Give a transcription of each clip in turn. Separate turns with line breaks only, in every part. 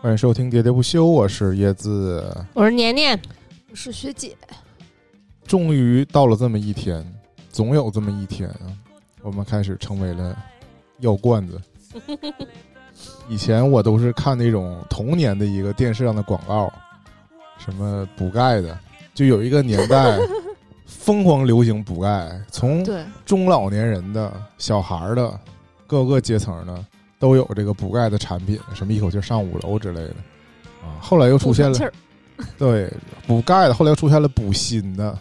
欢迎收听《喋喋不休》，我是椰子。
我是年年，
我是学姐，
终于到了这么一天，总有这么一天啊，我们开始成为了药罐 子。以前我都是看那种童年的一个电视上的广告，什么补钙的，就有一个年代 疯狂流行补钙，从
对，
中老年人的、小孩儿的、各个阶层的都有这个补钙的产品，什么一口气儿上五楼之类的啊。后来又出现了
气儿，
对，补钙的，后来又出现了补锌的，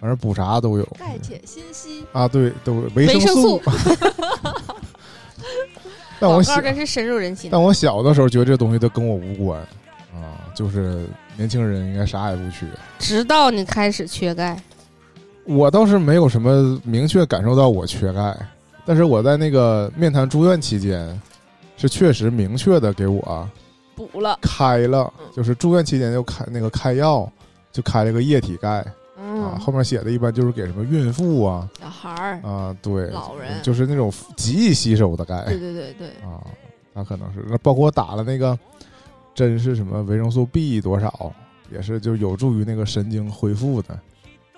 反正补啥都有。
钙、铁、锌、硒，
啊，对，都维
维生
素
素。
但我
广
小
告真是深入人心。
但我小的时候觉得这东西都跟我无关啊，就是年轻人应该啥也不缺。
直到你开始缺钙，
我倒是没有什么明确感受到我缺钙，但是我在那个面谈住院期间，是确实明确的给我
补了，
开了
嗯，
就是住院期间就开那个开药，就开了个液体钙啊，
嗯，
后面写的一般就是给什么孕妇啊
小孩儿，
啊，对，
老人嗯
就是那种极易吸收的钙
对对对对，
啊，那可能是那包括打了那个针是什么维生素 B 多少，也是就有助于那个神经恢复的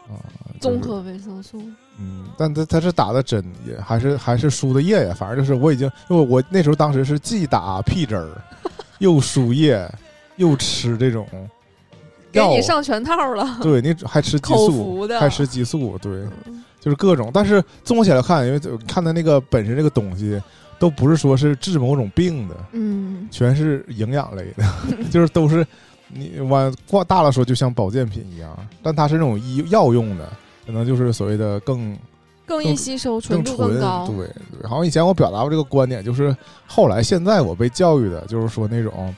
啊，就是
综合维生素，
嗯，但他他是打的针，也还是还是输的液呀，反正就是我已经，因为我那时候当时是既打屁针儿，又输液，又吃这种
给
药，
你上全套了，
对你还吃激
口
素
服，的
还吃激素，对，
嗯
就是各种。但是综合起来看，因为就看的那个本身这个东西，都不是说是治某种病的，
嗯，
全是营养类的， 就是都是你往挂大了说，就像保健品一样，但它是那种医药用的，可能就是所谓的更
更易吸收，
更
纯度
纯，
更高，
对对，好像以前我表达过这个观点，就是后来现在我被教育的，就是说那种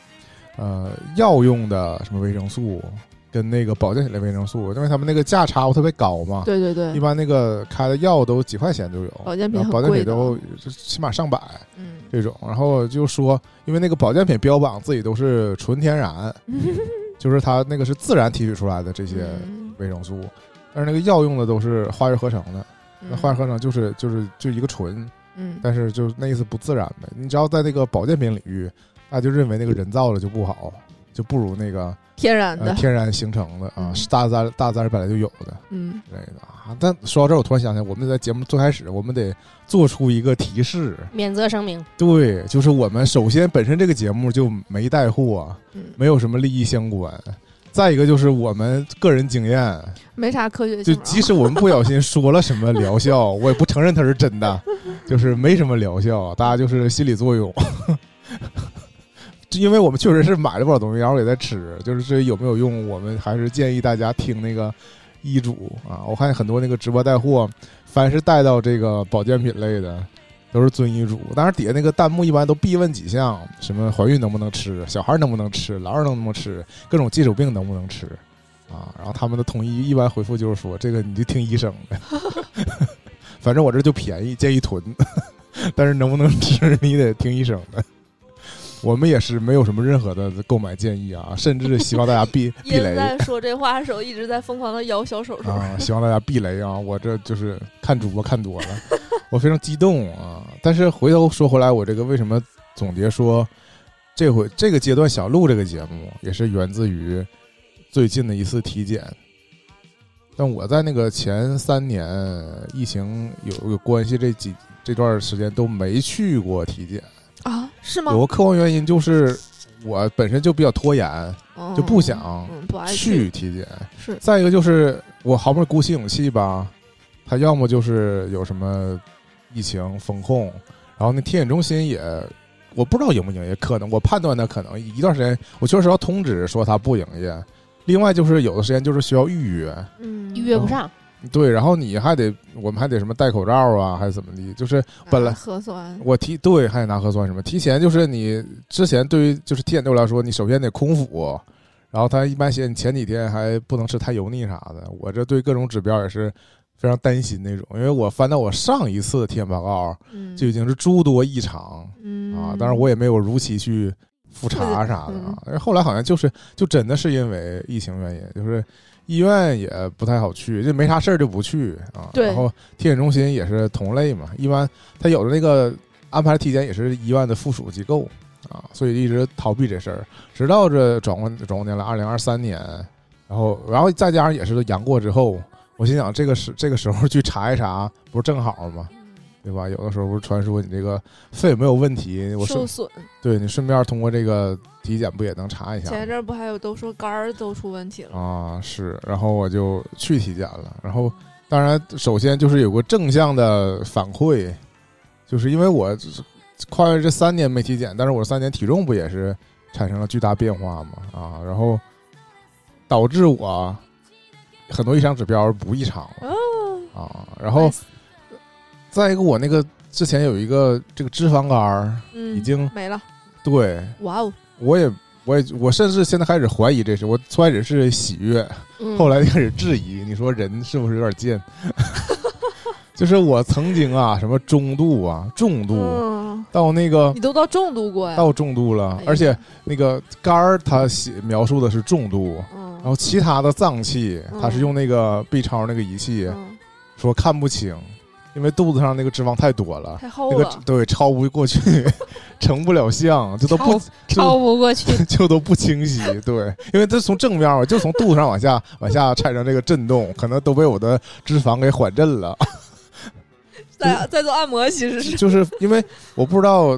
呃药用的什么维生素跟那个保健品类维生素，因为他们那个价差特别高嘛，
对对
一
对，
般那个开的药都几块钱就有，
保健品
然后保
很
健
贵
品
的啊
都起码上百，
嗯，
这种，然后就说，因为那个保健品标榜自己都是纯天然，就是它那个是自然提取出来的这些
嗯
维生素，但是那个药用的都是化学合成的，那化学合
嗯
成就是就是就一个纯，
嗯，
但是就是那意思不自然呗。你只要在那个保健品领域，大家就认为那个人造的就不好，就不如那个
天然
呃
的，
天然形成的啊
嗯，
是大自然大自然本来就有的
嗯，
之类的啊。但说到这儿，我突然想起来，我们在节目最开始，我们得做出一个提示，
免责声明，
对，就是我们首先本身这个节目就没带货，
嗯
没有什么利益相关。再一个就是我们个人经验，
没啥科学
就
性啊，
即使我们不小心说了什 么疗效，我也不承认它是真的，就是没什么疗效，大家就是心理作用。 就因为我们确实是买了不少东西，然后也在吃，就是这有没有用，我们还是建议大家听那个医嘱啊。我看很多那个直播带货，凡是带到这个保健品类的，都是遵医嘱。当然底下那个弹幕一般都必问几项，什么怀孕能不能吃，小孩能不能吃，老人能不能吃，各种基础病能不能吃。啊，然后他们的统一一般回复就是说，这个你就听医生的， 反正我这就便宜，建议囤， 但是能不能吃你得听医生的。我们也是没有什么任何的购买建议啊，甚至希望大家避避
燕
雷
子在说这话的时候，一直在疯狂的摇小 手手，
啊，希望大家避雷啊！我这就是看主播看多了，我非常激动啊！但是回头说回来，我这个为什么总结说，这回这个阶段想录这个节目，也是源自于最近的一次体检。但我在那个前三年疫情有有关系这几这段时间都没去过体检，
啊，是吗
有？个客观原因就是我本身就比较拖延，
嗯
就不想
嗯，不爱
去，体检。
是
再一个就是我好不容易鼓起勇气吧，他要么就是有什么疫情封控，然后那体检中心也我不知道营不营业，可能我判断他可能一段时间，我确实要通知说他不营业。另外就是有的时间就是需要预约，
嗯，
预约不上，
对，然后你还得我们还得什么戴口罩啊，还是怎么的，就是本来
拿核酸，
我提对，还得拿核酸什么？提前就是你之前对于就是体检对我来说，你首先得空腹，然后他一般写你前几天还不能吃太油腻啥的。我这对各种指标也是非常担心那种，因为我翻到我上一次的体检报告
嗯
就已经是诸多异常
嗯
啊，当然我也没有如期去复查啥的啊。但是后来好像就是就真的是因为疫情原因，就是医院也不太好去，就没啥事儿就不去啊。
对
然后体检中心也是同类嘛，一般他有的那个安排体检也是医院的附属机构啊，所以一直逃避这事儿，直到这转过转过年来，二零二三年，然后然后再加上也是阳过之后，我心想这个时这个时候去查一查，不是正好吗？对吧？有的时候不是传说你这个肺没有问题，我顺
受损。
对你顺便通过这个体检不也能查一下吗？
前一阵儿不还有都说肝儿都出问题了，
啊，是，然后我就去体检了，然后当然首先就是有个正向的反馈，就是因为我跨越这三年没体检，但是我三年体重不也是产生了巨大变化嘛啊，然后导致我很多异常指标不异常了
哦，
啊，然后再一个我那个之前有一个这个脂肪肝儿，
嗯，
已经
没了，
对
哇哦，
我也我也我甚至现在开始怀疑这事，我最开始是喜悦。
嗯
后来就开始质疑，你说人是不是有点贱？就是我曾经啊，什么中度啊、重度，
嗯，
到那个
你都到重度过呀？
到重度了
哎，呀
而且那个肝儿它写描述的是重度，然
嗯
后其他的脏器
嗯
它是用那个 B 超那个仪器
嗯，
说看不清，因为肚子上那个脂肪太多了，
太
那
厚
个
了，
对超不过去， 成不了像，这都不这
超 不过去，
就都不清晰，对，因为它从正面嘛，就从肚子上往 下往下产生这个震动，可能都被我的脂肪给缓震 了。
在在做按摩其 实是，
就是因为我不知道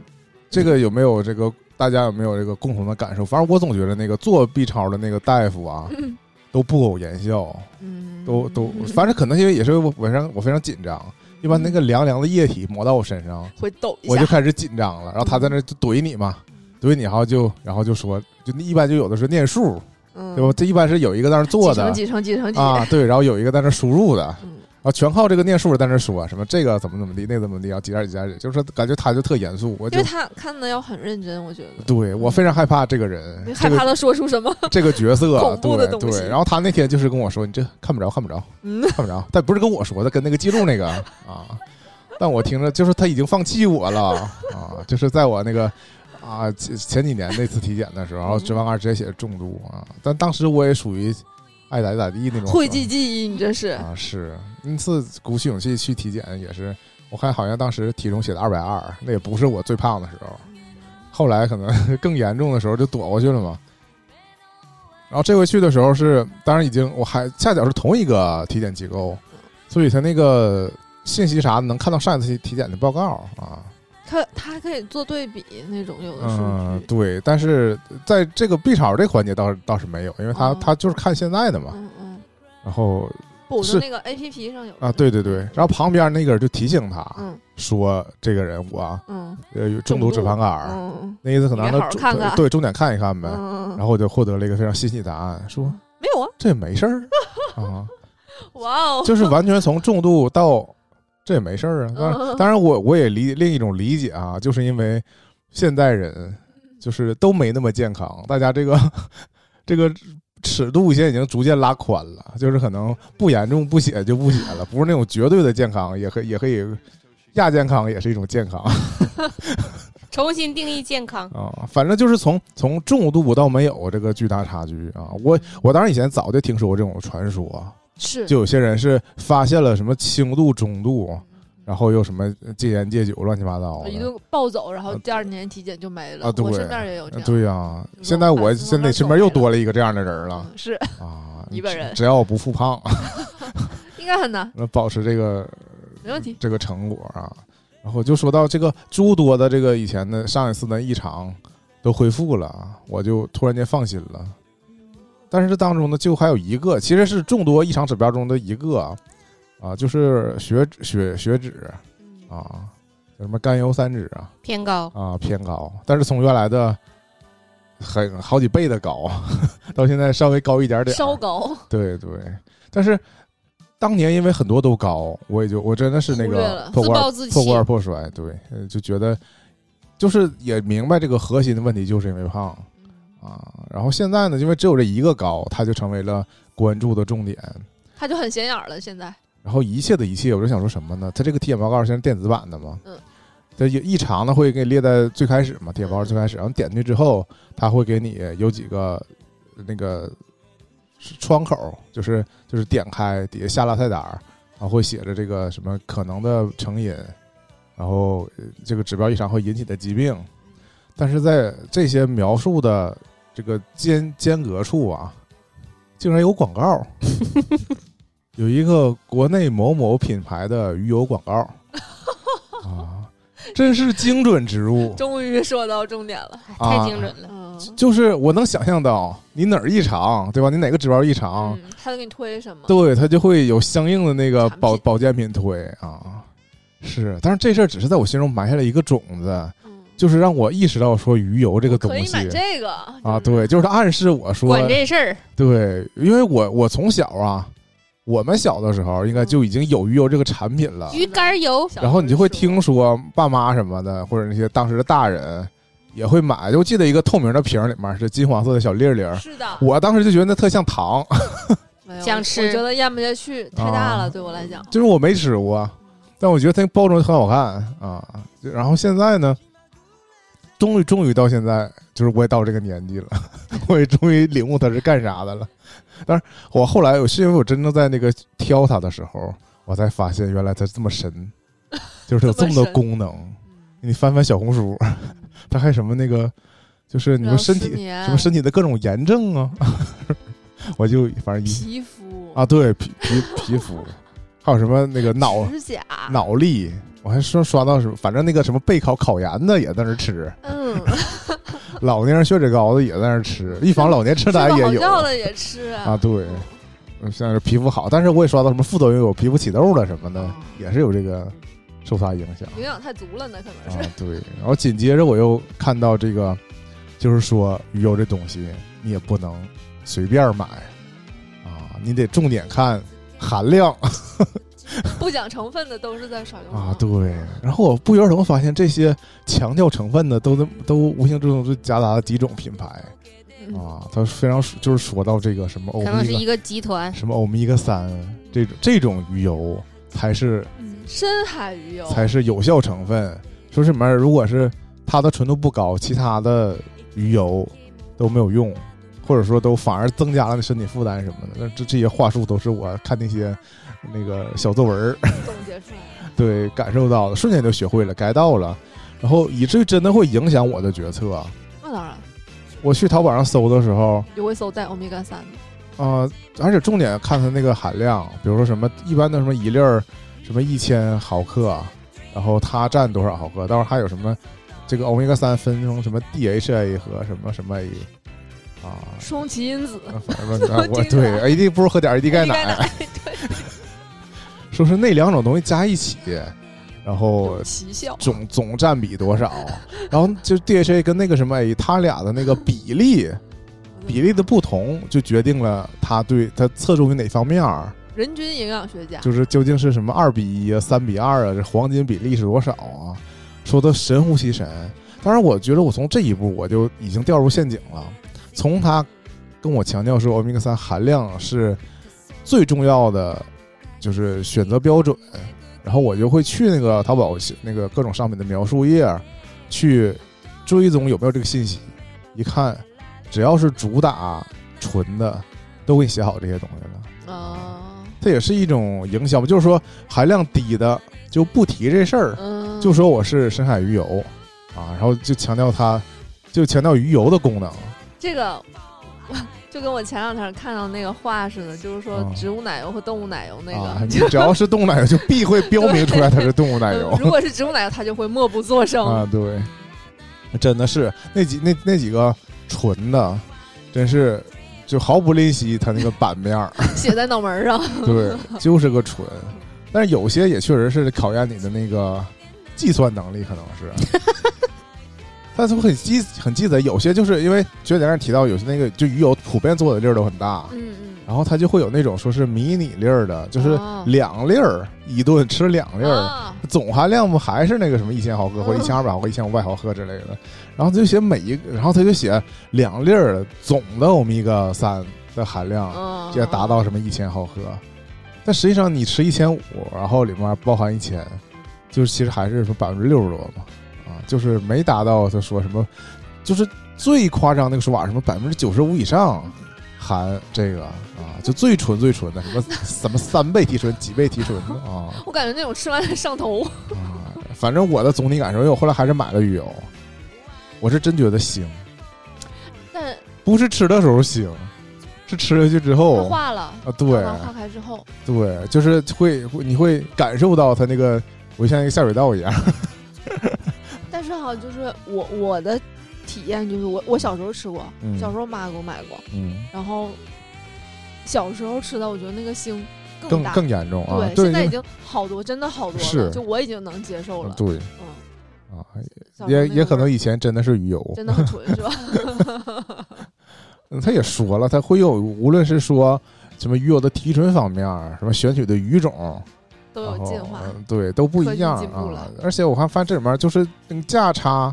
这个有没有这个大家有没有这个共同的感受，反正我总觉得那个做 B 超的那个大夫啊，
嗯
都不苟言笑，
嗯，
都都，反正可能因为也是我非常我非常紧张，一般那个凉凉的液体抹到我身上，
会抖一
我就
下，
开始紧张了，然后他在那就怼你嘛，怼你，然后就然后就说，就一般就有的是念数。
嗯，
对吧？这一般是有一个在那儿做的
几乘几乘几乘几，
啊，对，然后有一个在那儿输入的，然
嗯
后全靠这个念数在那儿说什么这个怎么怎么地，那个怎么地，然后几点几点，就是感觉他就特严肃，我
因
就
为他看的要很认真，我觉得。
对我非常害怕这个人
你，害
这
怕
个
他说出什么？
这个角色，
恐怖的
对
东西
对。然后他那天就是跟我说，你这看不着，看不着，
嗯
看不着，但不是跟我说的，跟那个记录那个啊，但我听着就是他已经放弃我了啊，就是在我那个。啊，前前几年那次体检的时候，
嗯
然后脂肪肝直接写着重度啊，但当时我也属于爱咋地咋地那种
会记记忆，你这是
啊，是那次鼓起勇气去体检也是，我看好像当时体重写的二百二，那也不是我最胖的时候。
嗯
后来可能 更严重的时候就躲过去了嘛。然后这回去的时候是，当然已经我还恰巧是同一个体检机构，所以他那个信息啥的能看到上一次体体检的报告啊。
他他还可以做对比那种有的
嗯
数，据，
对，但是在这个 B 超这环节倒是倒是没有，因为他
哦
他就是看现在的嘛。
嗯嗯，
然后
不，我
是
说那个 A P P 上有
啊，对对对，，啊然后旁边那个人就提醒他，
嗯
说这个人我
嗯
呃有重度脂肪肝
嗯
儿，
嗯
那意思可能
你
让
好
他
好
重
看看
对重点看一看呗。
嗯，
然后我就获得了一个非常欣喜的答案，说
没有啊，
这也没事 儿啊，
哇哦，
就是完全从重度到这也没事儿啊。当然，
嗯
当然我我也理另一种理解啊，就是因为现代人就是都没那么健康，大家这个 这个。尺度现在已经逐渐拉宽了，就是可能不严重不写就不写了，不是那种绝对的健康，也可以也可以亚健康也是一种健康。
重新定义健康。
啊，反正就是从从重度到没有这个巨大差距啊。我
嗯
我当然以前早就听说过这种传说，啊
是
就有些人是发现了什么轻度、中度，然后又什么戒烟戒酒，乱七八糟
嗯哦一
的。
顿暴走，然后第二年体检就没了。
啊对
我身边也有这样，
对呀、现在我现在身边又多了一个这样的人了
嗯，是
啊！
一个人
只要我不复胖，
应该很难，
那保持这个
没问题。
这个成果啊。然后就说到这个诸多的这个以前的上一次的异常都恢复了啊，我就突然间放心了。但是这当中呢，就还有一个，其实是众多异常指标中的一个啊啊，就是血脂血血脂啊，叫什么甘油三酯啊
嗯偏高，
啊偏高，但是从原来的很好几倍的高，啊 到现在稍微高一点点儿，
稍高，
对对，但是当年因为很多都高，我也就我真的是那
忽略
个
了
破
自
罐
暴
儿
自弃
破罐儿破摔，对，呃就觉得就是也明白这个核心的问题就是因为胖啊。然后现在呢，因为只有这一个高，它就成为了关注的重点。
他就很显眼了。现在
然后一切的一切，我就想说什么呢？它这个体检报告现在是电子版的嘛，
嗯，
它有异常呢会给你列在最开始嘛，体检报告最开始，然后点进去之后，它会给你有几个那个窗口，就是就是点开底下下拉菜单儿，然后会写着这个什么可能的成因，然后呃这个指标异常会引起的疾病。但是在这些描述的这个间间隔处啊，竟然有广 告，有一个国内某某品牌的鱼油 广告啊，真是精准植 入，
终于说到重点了。
哎
啊
太精准了。
嗯，
就是我能想象到你哪儿异常，对吧？你哪个指标异常，
嗯，他都给你推什么？
对它就会有相应的那个
产品
保保健品推啊。是，但是这事儿只是在我心中埋下了一个种子，
嗯，
就是让我意识到说鱼油这个东
可以
西
买这个嗯
啊，，对，就是他暗示我说
管，这事儿，
对，因为我我从小啊，我们小的时候应该就已经有鱼油这个产品
啊
了，
鱼肝油
小
然后你就会
时候
听说爸妈什么的，或者那些当时的大人也会买，就记得一个透明的瓶儿，里面是金黄色的小粒儿粒儿，
是的，
我当时就觉得那特像糖，
没有
想
我
吃
我觉得咽不下去，太大
啊
了，对我来讲。
就是我没吃过，但我觉得它包装很好看啊。就然后现在呢，终于终于到现在，就是我也到这个年纪了， 我也终于领悟它是干啥的了。但是我后来我是因为我真正在那个挑它的时候，我才发现原来它这么神，就是它有这么多功能。
嗯
你翻翻小红书，它还什么那个，就是 你说身体什么身体的各种炎症啊， 我就反正一
皮肤
啊，对皮皮皮肤，还有什么那个脑
指甲，
脑力，我还说刷到什么，反正那个什么备考考研的也在那儿 吃，
嗯，
老年人血脂高的也在那儿吃，预防老年痴
睡
呆
不
也
好
有
觉的也吃
啊，对，嗯像是皮肤好，但是我也刷到什么副作用有皮肤起痘了什么的
哦，
也是有这个受它影响
营养太足了呢，可能
啊
是。，
对，然后紧接着我又看到这个，就是说鱼油这东西你也不能随便买啊，你得重点看含量。
不讲成分的都是在耍流氓
啊，对。然后我不约而同发现，这些强调成分的都在都无形之中就夹杂了几种品牌
嗯
啊。他非常说就是说到这个什么欧
可能是
米
一个集 团
伽，什么欧米伽三这种这种鱼油才是
嗯深海鱼油
才是有效成分。说是什么，如果是它的纯度不高，其他的鱼油都没有用，或者说都反而增加了你身体负担什么的。那这这些话术都是我看那些那个小作文儿
总结出来的。
对，感受到了，瞬间就学会了，该到了，然后以至于真的会影响我的决策。啊
那当然，
我去淘宝上搜的时候，
有会搜带欧米伽三的，
啊、而且重点看它那个含量，比如说什么一般的什么一粒儿，什么一千毫克，然后它占多少毫克，到时候还有什么这个欧米伽三分成什么 DHA 和什么什么 A 啊。
双歧因子，
啊反正啊我
这个
对 AD 不如喝点 AD 钙 奶，说是那两种东西加一起，然后
有奇效。
总总占比多少，然后就 DHA 跟那个什么 A，它俩的那个比例比例的不同，就决定了它对它侧重于哪方面儿，
人均营养学家，
就是究竟是什么二比一啊、三比二啊，这黄金比例是多少啊？说的神乎其神。当然，我觉得我从这一步我就已经掉入陷阱了。从他跟我强调说欧米伽三含量是最重要的，就是选择标准，然后我就会去那个淘宝那个各种商品的描述页去追踪有没有这个信息。一看，只要是主打纯的，都给你写好这些东西了。
啊，
它也是一种营销嘛，就是说含量低的就不提这事儿，
嗯，
就说我是深海鱼油啊，然后就强调它，就强调鱼油的功能
这个。 就跟我前两天看到那个话似的，就是说
啊
植物奶油和动物奶油那
啊，
个，
你只要是动物奶油就必会标明出来它是动物 奶油
嗯如果是植物奶油，它就会默不作声。
啊，对，真的是那几那那几个纯的，真是就毫不吝惜它那个版面儿，
写在脑门儿上。
对，就是个纯，但是有些也确实是考验你的那个计算能力，可能 是。但是我很鸡很鸡贼，有些就是因为学姐刚才提到，有些那个就鱼油普遍做的粒儿都很大，
嗯嗯，
然后它就会有那种说是迷你粒儿的，就是
哦
两粒儿一顿吃两粒儿，
啊
总含量不还是那个什么一千毫克或
嗯
一千二百毫克、一千五百毫克之类的，然后他就写每一个，然后他就写两粒儿总的欧米伽三的含量，
嗯，
要达到什么一千毫克，但实际上你吃一千五，然后里面包含一千，就是其实还是说百分之六十多嘛，啊，就是没达到他说什么，就是最夸张那个说法，什么百分之九十五以上含这个啊，就最纯最纯的什么什么三 倍提纯、几倍提纯的啊
我感觉那种吃完上头，
啊，反正我的总体感受，因为我后来还是买了鱼油，我是真觉得腥，
但
不是吃的时候腥，是吃下去之后
它化了，
啊，对
它化开之后，
对，就是会会你会感受到它那个，我像一个下水道一样，
但是哈，就是我我的体验就是我我小时候吃过，
嗯
小时候妈给我买过，
嗯，
然后小时候吃的，我觉得那个腥
更
大。
更严重啊，
对，
对，
现在已
因为
经好多，真的好多
是
了，就我已经能接受了。
对
嗯，
啊，
小时候
也
那
也
个
可
味
能
儿
以前真的是鱼油，
真的很纯，是吧？
嗯他也说了，他会有无论是说什么鱼油的提纯方面儿，什么选取的鱼种，
都有
然后
进化。
嗯对，都不
科
一
技
样
进步
啊
了。
而且我还发现这里面就是那个价差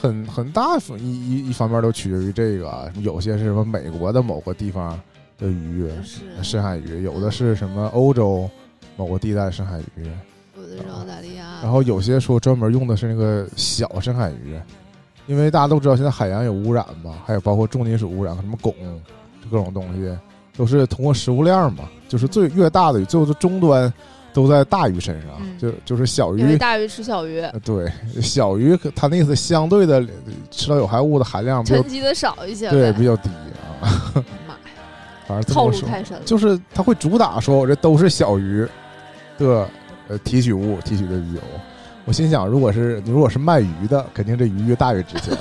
很很大一一一方面都取决于这个，有些是什么美国的某个地方的鱼，
是
深海鱼，有的是什么欧洲某个地带深海鱼，
有的是澳大利亚，
然后有些说专门用的是那个小深海鱼，因为大家都知道现在海洋有污染嘛，还有包括重金属污染，什么汞，这各种东西都是通过食物链嘛，就是最越大的鱼，最后的终端都在大鱼身上，
嗯
就就是小
因为
鱼。
大鱼吃小鱼，
呃对，小鱼可它那意思相对的吃到有害物的含量比较
沉积的少一些
对
呗。
比较低啊，
妈呀，
反正这
套
么
路
说。
太深了。
就是他会主打说，我这都是小鱼的呃提取物，提取的鱼油。我心想，如果是如果是卖鱼的，肯定这鱼越大越值钱，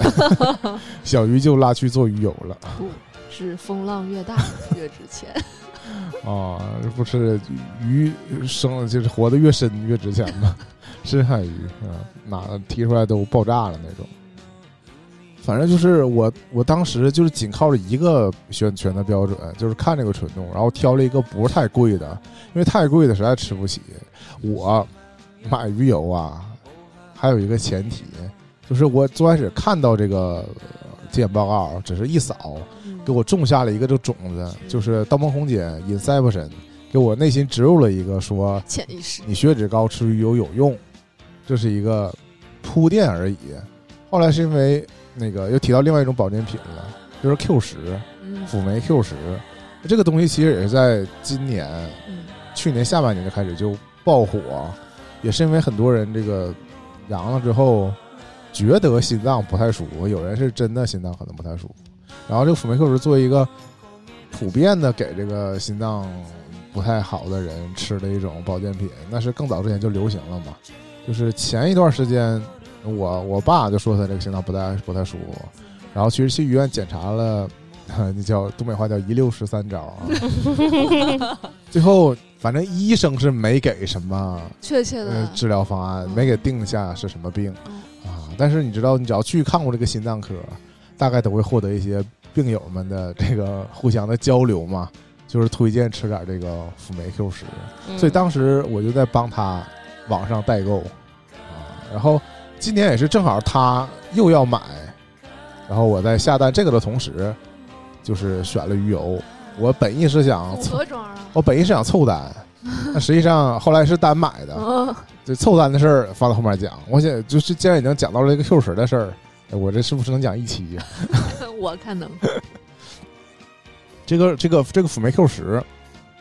小鱼就拉去做鱼油了
不是风浪越大越值 钱，
啊！不是鱼生就是活得越深越值钱吗？深海鱼啊，哪提出来都爆炸了那种。反正就是我，我当时就是仅靠着一个选选的标准，就是看这个纯度，然后挑了一个不是太贵的，因为太贵的实在吃不起。我买鱼油啊，还有一个前提，就是我最开始看到这个呃体检报告，只是一扫，给
嗯
我种下了一个这种子，就是《盗梦空间》（Inception），给我内心植入了一个说
潜意识。
你血脂高吃鱼油有用，这是一个铺垫而已。后来是因为那个又提到另外一种保健品了，就是 Q 十
嗯
辅酶 Q 十，这个东西其实也是在今年、
嗯，
去年下半年就开始就爆火，也是因为很多人这个阳了之后觉得心脏不太舒服，有人是真的心脏可能不太舒服。然后这个辅酶 Q 十作为一个普遍的给这个心脏不太好的人吃的一种保健品，那是更早之前就流行了嘛。就是前一段时间，我我爸就说他这个心脏不太不太舒服，然后其实去医院检查了， 那叫东北话叫一六十三招啊。最后反正医生是没给什么
确切
呃
的
治疗方案，
嗯
没给定下是什么病
嗯
啊。但是你知道，你只要去看过这个心脏科，大概都会获得一些病友们的这个互相的交流嘛，就是推荐吃点这个辅酶 Q 十。
嗯
所以当时我就在帮他网上代购啊，然后今年也是正好他又要买，然后我在下单这个的同时，就是选了鱼油。我本意是想
五合装 啊。
我本意是想凑单，但实际上后来是单买的，
嗯，
就凑单的事儿放到后面讲。我想就是既然已经讲到了这个 Q 十的事儿，哎我这是不是能讲一期？ 啊
我看能。
这个这个这个辅酶 Q 十，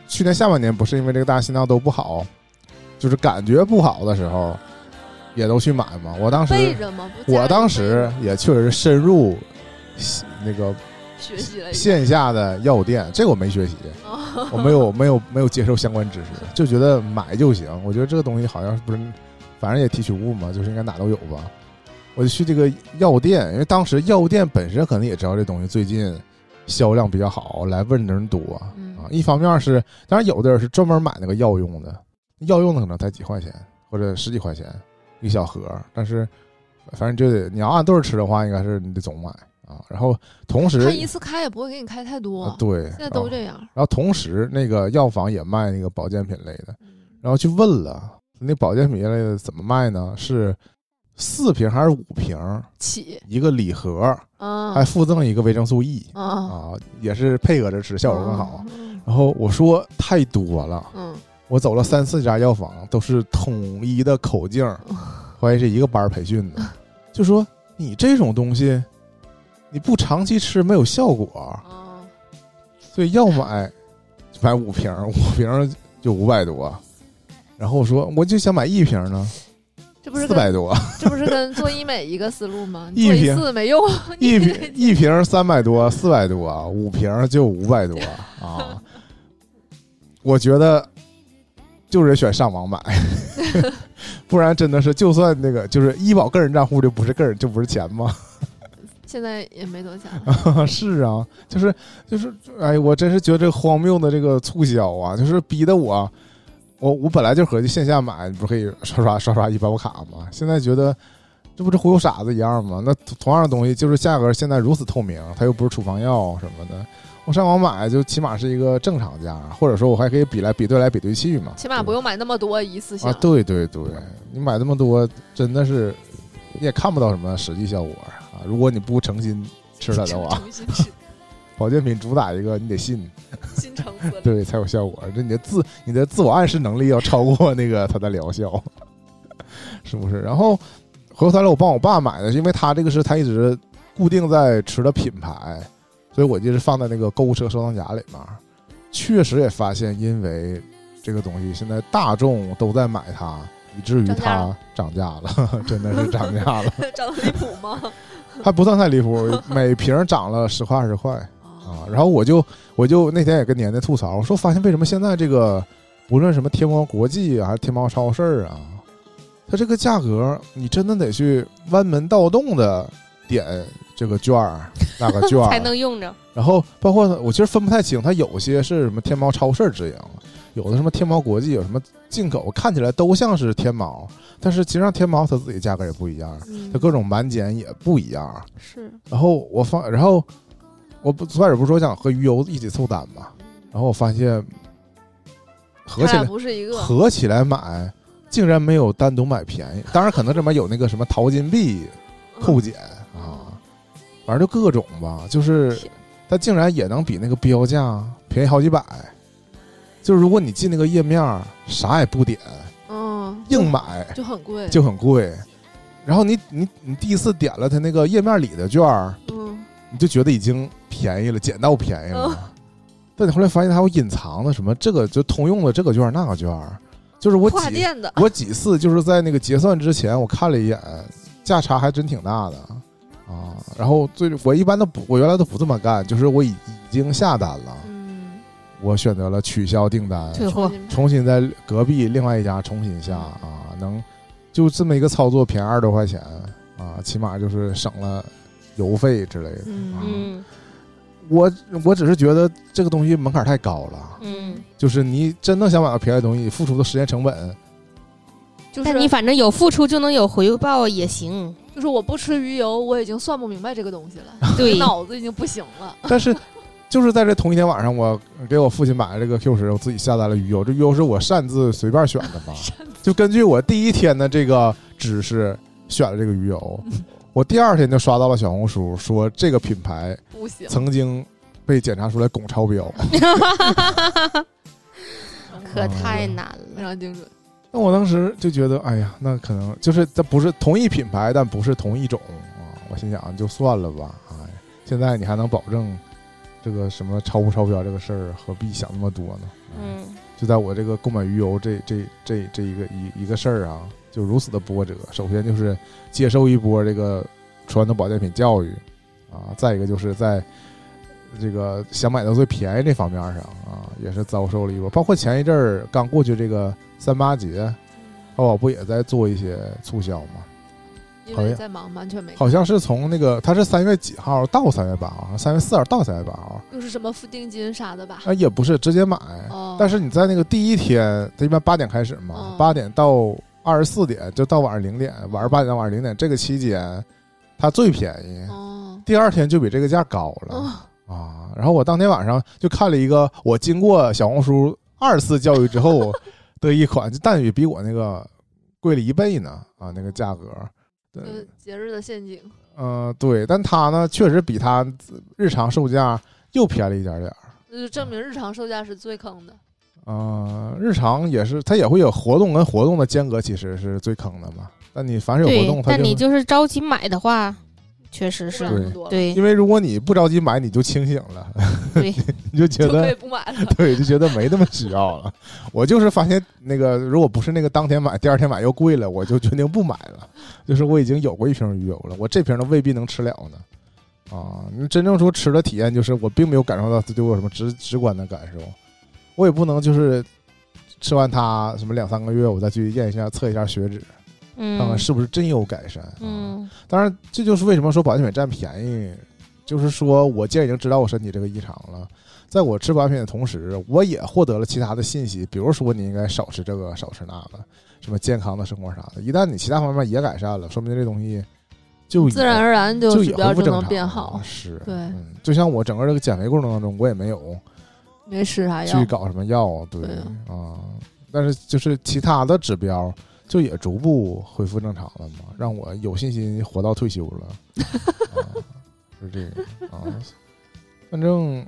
去年下半年不是因为这个大家心脏都不好，就是感觉不好的时候，也都去买嘛。我当时
背着吗？不
我
加
当
上
时也确实深入那个
背着学习了一下。
线下的药店，这个我没学习。
哦
我没有没有没有接受相关知识，就觉得买就行。我觉得这个东西好像不是，反正也提取物嘛，就是应该哪都有吧。我就去这个药店，因为当时药店本身可能也知道这东西最近销量比较好，来问的人多
嗯
啊。一方面是，当然有的人是专门买那个药用的，药用的可能才几块钱或者十几块钱一小盒，但是反正就得你要按对儿吃的话，应该是你得总买啊。然后同时
他一次开也不会给你开太多
啊，，对，
现在
然后
都这样。
然后同时那个药房也卖那个保健品类的，
嗯
然后去问了，那保健品类的怎么卖呢？是四瓶还是五瓶
起，
一个礼盒，
嗯
还附赠一个维生素 E
啊，
啊，也是配合着吃，效果更好
嗯。。
然后我说太多了，
嗯，
我走了三四家药房，都是统一的口径，
嗯
怀疑是一个班儿培训的，就说你这种东西，你不长期吃没有效果。
哦，
所以要买就买五瓶儿，五瓶儿就五百多。然后我说我就想买一瓶儿呢，
这不是
四
跟
百多，
这不是跟做医美一个思路吗？你
一
做一
瓶
次没用，
一瓶一瓶三百多，四百多，五瓶就五百多啊！我觉得就是得选上网 买，不然真的是就算那个就是医保个人账户就不是个人就不是钱吗？
现在也没多少钱了。
是啊，就是就是，哎，我真是觉得这荒谬的这个促销啊，就是逼得我，我我本来就合计线下买，你不是可以刷刷刷刷一百五卡吗？现在觉得这不是忽悠傻子一样吗？那同同样的东西，就是价格现在如此透明，它又不是处方药什么的，我上网买就起码是一个正常价，或者说我还可以比来比对来比对去嘛，
起码不用买那么多一次性
啊，，对对对，你买这么多真的是你也看不到什么实际效果啊，如果你不诚心吃它的啊话。
重新 吃
保健品主打一个你得信，
新成分了。
对才有效果。这你的自你的自我暗示能力要超过那个它的疗效， 是不是？然后回过头来我帮我爸买的，是因为他这个是他一直固定在吃的品牌，所以我就是放在那个购物车收藏夹里面。确实也发现，因为这个东西现在大众都在买它，以至于
涨价
它涨价了， 真的是涨价了，
涨得离谱吗？
还不算太离谱，每瓶涨了十块二十块。
哦
啊，然后我就我就那天也跟年年吐槽，我说发现为什么现在这个无论什么天猫国际啊，还是天猫超市啊，它这个价格你真的得去弯门盗洞的点这个券儿那个券儿
才能用着，
然后包括我其实分不太清，它有些是什么天猫超市直营，有的什么天猫国际，有什么进口，看起来都像是天猫，但是其实上天猫它自己价格也不一样，它各种满减也不一样。
嗯是
然后我发，然后我不最开始不是说想和鱼油一起凑单嘛，然后我发现合
他
起
俩
来
不是一个，
合起来买，竟然没有单独买便宜。当然，可能这边有那个什么淘金币
嗯
扣减啊，反正就各种吧，就是
天
它竟然也能比那个标价便宜好几百。就是如果你进那个页面儿啥也不点，
嗯，
硬买
就很贵，
就很贵。然后你你你第一次点了它那个页面里的券儿，
嗯，
你就觉得已经便宜了，捡到便宜了。
哦
但你后来发现它有隐藏的什么，这个就通用的这个券儿那个券儿，就是我
跨
几
店的
我几次就是在那个结算之前，我看了一眼，价差还真挺大的啊。然后最我一般都不，我原来都不这么干，就是我已已经下单了，
嗯，
我选择了取消订单，
退货
重新买
重新在隔壁另外一家重新下啊，能就这么一个操作便宜二十多块钱啊，起码就是省了邮费之类的。
嗯
嗯
我我只是觉得这个东西门槛太高了，
嗯，
就是你真的想买到便宜的东西，付出的时间成本，
就是
但你反正有付出就能有回报 也行，
就是我不吃鱼油，我已经算不明白这个东西了，
对，
脑子已经不行了。
但是就是在这同一天晚上，我给我父亲买了这个 Q 十，我自己下单了鱼油，这鱼油是我擅自随便选的嘛，就根据我第一天的这个指示选了这个鱼油，我第二天就刷到了小红书说这个品牌
不行，
曾经被检查出来汞超标，
可太难
非
了。
常精准。
那我当时就觉得，哎呀，那可能就是它不是同一品牌，但不是同一种啊。我心想，就算了吧，哎，现在你还能保证这个什么超不超标这个事儿，何必想那么多呢？，哎
嗯，
就在我这个购买鱼油这这这这一个一一个事儿啊，就如此的波折。首先就是接受一波这个传统保健品教育啊，再一个就是在这个想买到最便宜这方面上啊，也是遭受了一波。包括前一阵儿刚过去这个三八节，淘哦宝不也在做一些促销吗？
因
讨
为
厌
在忙，完全没看。
好像是从那个它是三月几号到三月八号，三月四号到三月八号，
又是什么付定金啥的吧？
啊也不是直接买，
哦，
呃但是你在那个第一天，它一般八点开始嘛
哦，
八、点到二十四点，就到晚上零点，晚上八点到晚上零点这个期间，它最便宜。
哦
第二天就比这个价高了、
哦，
啊！然后我当天晚上就看了一个，我经过小红书二次教育之后的一款，就但也比我那个贵了一倍呢啊，那个价格。对，
呃节日的陷阱，
呃，对，但它呢确实比它日常售价又便宜了一点点儿。
那就证明日常售价是最坑的。
呃，日常也是，它也会有活动跟活动的间隔，其实是最坑的嘛。但你凡是有活
对
动，，它
但
就
你
会
就是着急买的话，确实
不
是
了那么多了，
对
因为如果你不着急买，你就清醒了，
对，
你就觉
就可
得
以不买了。
对，就觉得没那么需要了。我就是发现那个，如果不是那个当天买，第二天买又贵了，我就决定不买了。就是我已经有过一瓶鱼油了，我这瓶都未必能吃了呢。啊，你真正说吃的体验，就是我并没有感受到它对我有什么直直观的感受，我也不能就是吃完它什么两三个月，我再去验一下测一下血脂，看看
嗯
是不是真有改善。啊，
嗯
当然，这就是为什么说保健品占便宜，就是说我既然已经知道我身体这个异常了，在我吃保健品的同时，我也获得了其他的信息，比如说你应该少吃这个，少吃那个，什么健康的生活啥的。一旦你其他方面也改善了，说明这东西就
自然而然
也
就
就
指
也
标
恢复
就
正
能
常
变
了
好，
是，
对
嗯，就像我整个这个减肥过程当中，我也没有
没啊吃啥
去
药。
搞什么药，对
对
啊，但是就是其他的指标。就也逐步恢复正常了嘛，让我有信心活到退休了。 啊，是这个啊，反正，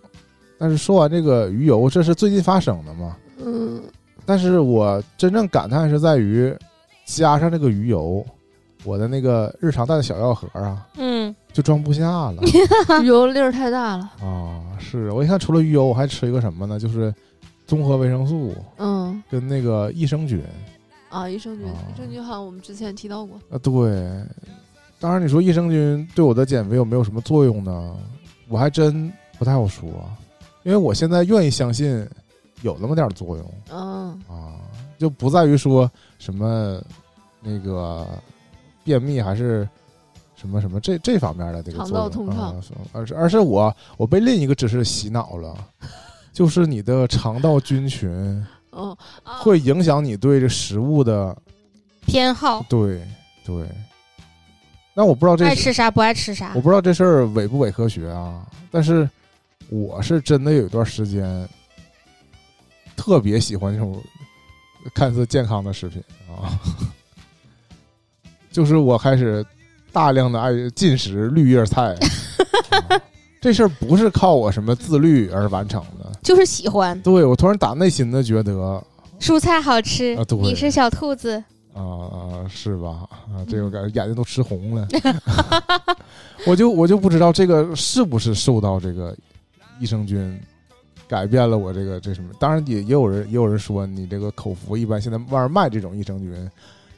但是说完这个鱼油，这是最近发生的嘛。
嗯，
但是我真正感叹是在于，加上这个鱼油，我的那个日常带的小药盒啊，
嗯，
就装不下 了
鱼油粒儿太大了。
啊。是我一看，除了鱼油，我还吃一个什么呢？就是综合维生素
嗯
跟那个益生菌
啊，益生菌，
哦
益生菌好像我们之前提到过。
啊。对，当然你说益生菌对我的减肥有没有什么作用呢？我还真不太好说，因为我现在愿意相信有那么点儿作用。
嗯，
啊，就不在于说什么那个便秘还是什么什么这这方面的这个
肠
作
道
用
通畅
啊，是而是而是我我被另一个知识洗脑 了，就是你的肠道菌群
嗯，啊
会影响你对这食物的
偏好，
对对。那我不知道这
爱
是
吃啥不爱吃啥
我，不知道这事儿伪不伪科学啊，但是我是真的有一段时间特别喜欢这种看似健康的食品啊， 就是我开始大量的爱进食绿叶菜，啊这事儿不是靠我什么自律而完成的，
就是喜欢
对我突然打内心的觉得
蔬菜好吃
啊对，
你是小 兔子，
啊、啊，是吧？啊，这个感觉眼睛都吃红了， 我就我就不知道这个是不是受到这个益生菌改变了我这个这什么？当然也也有人也有人说你这个口服一般现在外面卖这种益生菌，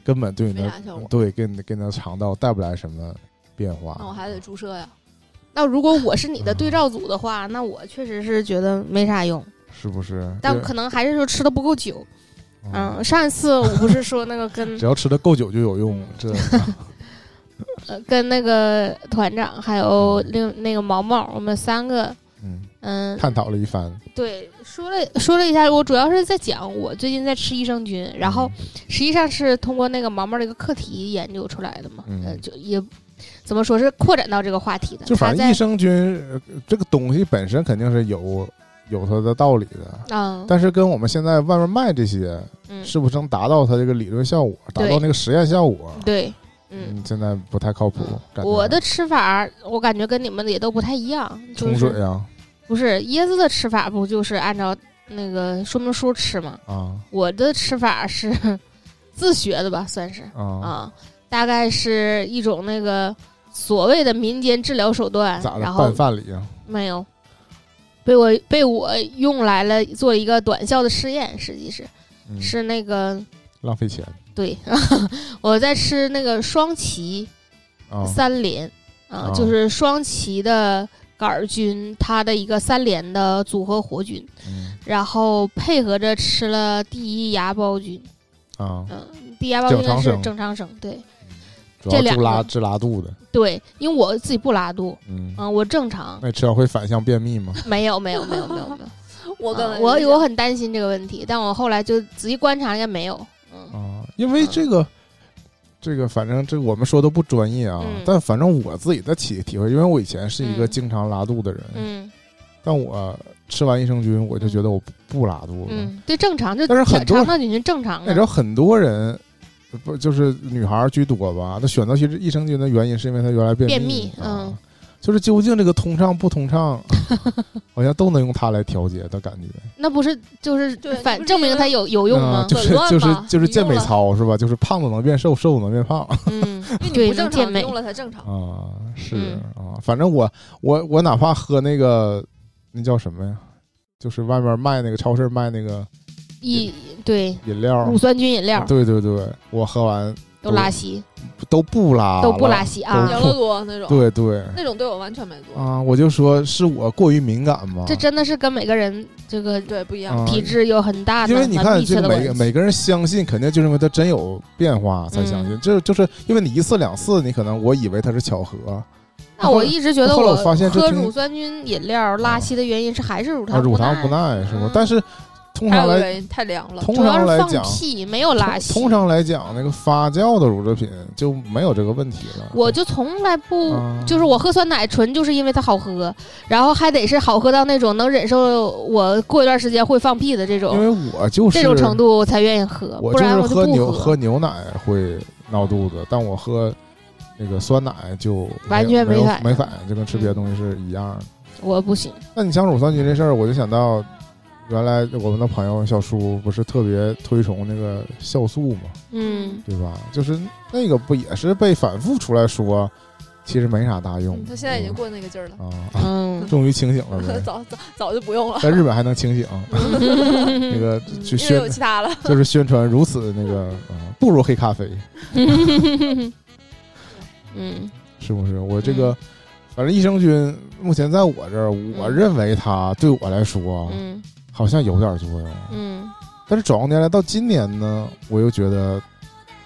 根本对你
没
的嗯
啥效果，
对跟跟你的肠道带不来什么变化。
那我还得注射呀。
那如果我是你的
嗯
对照组的话，那我确实是觉得没啥用，
是不是？
但
对
可能还是说吃的不够久。
嗯
嗯，，上一次我不是说那个 跟
只要吃的够久就有用，这
呃跟那个团长还有另那个毛毛，我们三个
嗯
嗯
探讨了一番，
对说了说了一下，我主要是在讲我最近在吃益生菌，然
嗯
后实际上是通过那个毛毛的一个课题研究出来的嘛，
嗯
呃就也怎么说是扩展到这个话题的，
就
他
反正
在
益生菌呃这个东西本身肯定是有有它的道理的，
嗯
但是跟我们现在外面卖这些，
嗯
是不是能达到它这个理论效果，达
对
到那个实验效果？
对嗯。，
现在不太靠谱。嗯感觉
我的吃法，我感觉跟你们的也都不太一样。就
冲
是
水啊
不是椰子的吃法，不就是按照那个说明书吃吗？
啊
我的吃法是 自学的吧，算是
啊！
啊，大概是一种那个所谓的民间治疗手段
咋，
然
的？
后
拌饭里啊？
没有被我被我用来了做一个短效的试验，实际是
嗯，
是那个
浪费钱
对， 我在吃那个双歧，
啊！
三连啊
啊，
就是双歧的杆儿菌，它的一个三连的组合活菌，
嗯
然后配合着吃了第一芽孢菌，
啊，
嗯，第一芽孢菌应该
正常
是
生
正常生，对
主要
这两
治拉
个
治拉肚子。
对，因为我自己不拉肚，
嗯，
嗯，我正常，
那吃完会反向便秘吗？
没有没有没有没有没有，
我刚
啊
才
我
就
我
想
很担心这个问题，但我后来就仔细观察，应该没有，嗯
啊，因为这个，这个反正这我们说的不专业啊，
嗯
但反正我自己的体体会，因为我以前是一个
嗯
经常拉肚的人，
嗯
但我吃完益生菌，我就觉得我不不拉肚了。
嗯，对，正常就
但是很
肠
多
肠道菌群正常啊
那你知道
的，
很多人。不就是女孩儿居多吧？她选择其实益生菌的原因是因为她原来便
便秘
啊
嗯
就是究竟这个通畅不通 畅，好像都能用它来调节的感觉。
那不是就是
对那
反
不是
证明它有有用
啊
吗？
就是
紊乱
就是
吧
就是
你
健
用
美
了
操是吧？就是胖子能变瘦，瘦子能变胖
嗯，
因为
对
你不正
能健
常，你
美
用了才正常。
啊，是
嗯
啊，反正我我我哪怕喝那个那叫什么呀，就是外面卖那个超市卖那个
一对
饮料，
乳酸菌饮料
对对对，我喝完
都拉稀，
都不拉，
都不拉。稀啊
都。
养乐多那种，
对对
那种对我完全没做，
啊，我就说是我过于敏感嘛，
这真的是跟每个人这个
对，不一样
啊。
体质有很大的
因为你
很
看，
密切
这
的
个
关
每
系
个。每个人相信，肯定就是因为他真有变化才相信。
嗯
这就是因为你一次两次，你可能我以为它是巧合，
那我一直觉得
后来
我
我发现这
喝
听
乳酸菌饮料拉稀的原因是还是乳
啊，
糖
乳糖不
耐，
耐是吧
嗯？
但是通
还
常
有个
来
原因太凉了，
通
主要
常
是
来
放
讲，
屁没有拉稀。
通通常来讲，那个发酵的乳制品就没有这个问题了。
我就从来不
啊
就是我喝酸奶纯就是因为它好喝，然后还得是好喝到那种能忍受我过一段时间会放屁的这
因
种
为我就是
这种程度我才愿意喝，
我
不
就
然
是
我
喝
不
牛喝牛奶会闹肚子，但我喝那个酸奶就没
完
有
全
没
没
有
反应
没反应，就跟吃别的东西是一样的。
我不行。
那你像乳酸菌这事儿，我就想到原来我们的朋友小叔不是特别推崇那个酵素嘛，
嗯，
对吧？就是那个不也是被反复出来说，其实没啥大用
嗯。他现在已经过那个劲儿了，
嗯啊，
嗯，
终于清醒 了 呗。
早早早就不 用了，
在日本还能清醒，
嗯
那个就
因为
宣
有其他了。
就是宣传如此那个啊，不如黑咖啡，
嗯，
是不是？我这个反正益生菌目前在我这儿，我认为它对我来说
嗯
好像有点作用，
嗯，
但是转过年来到今年呢，我又觉得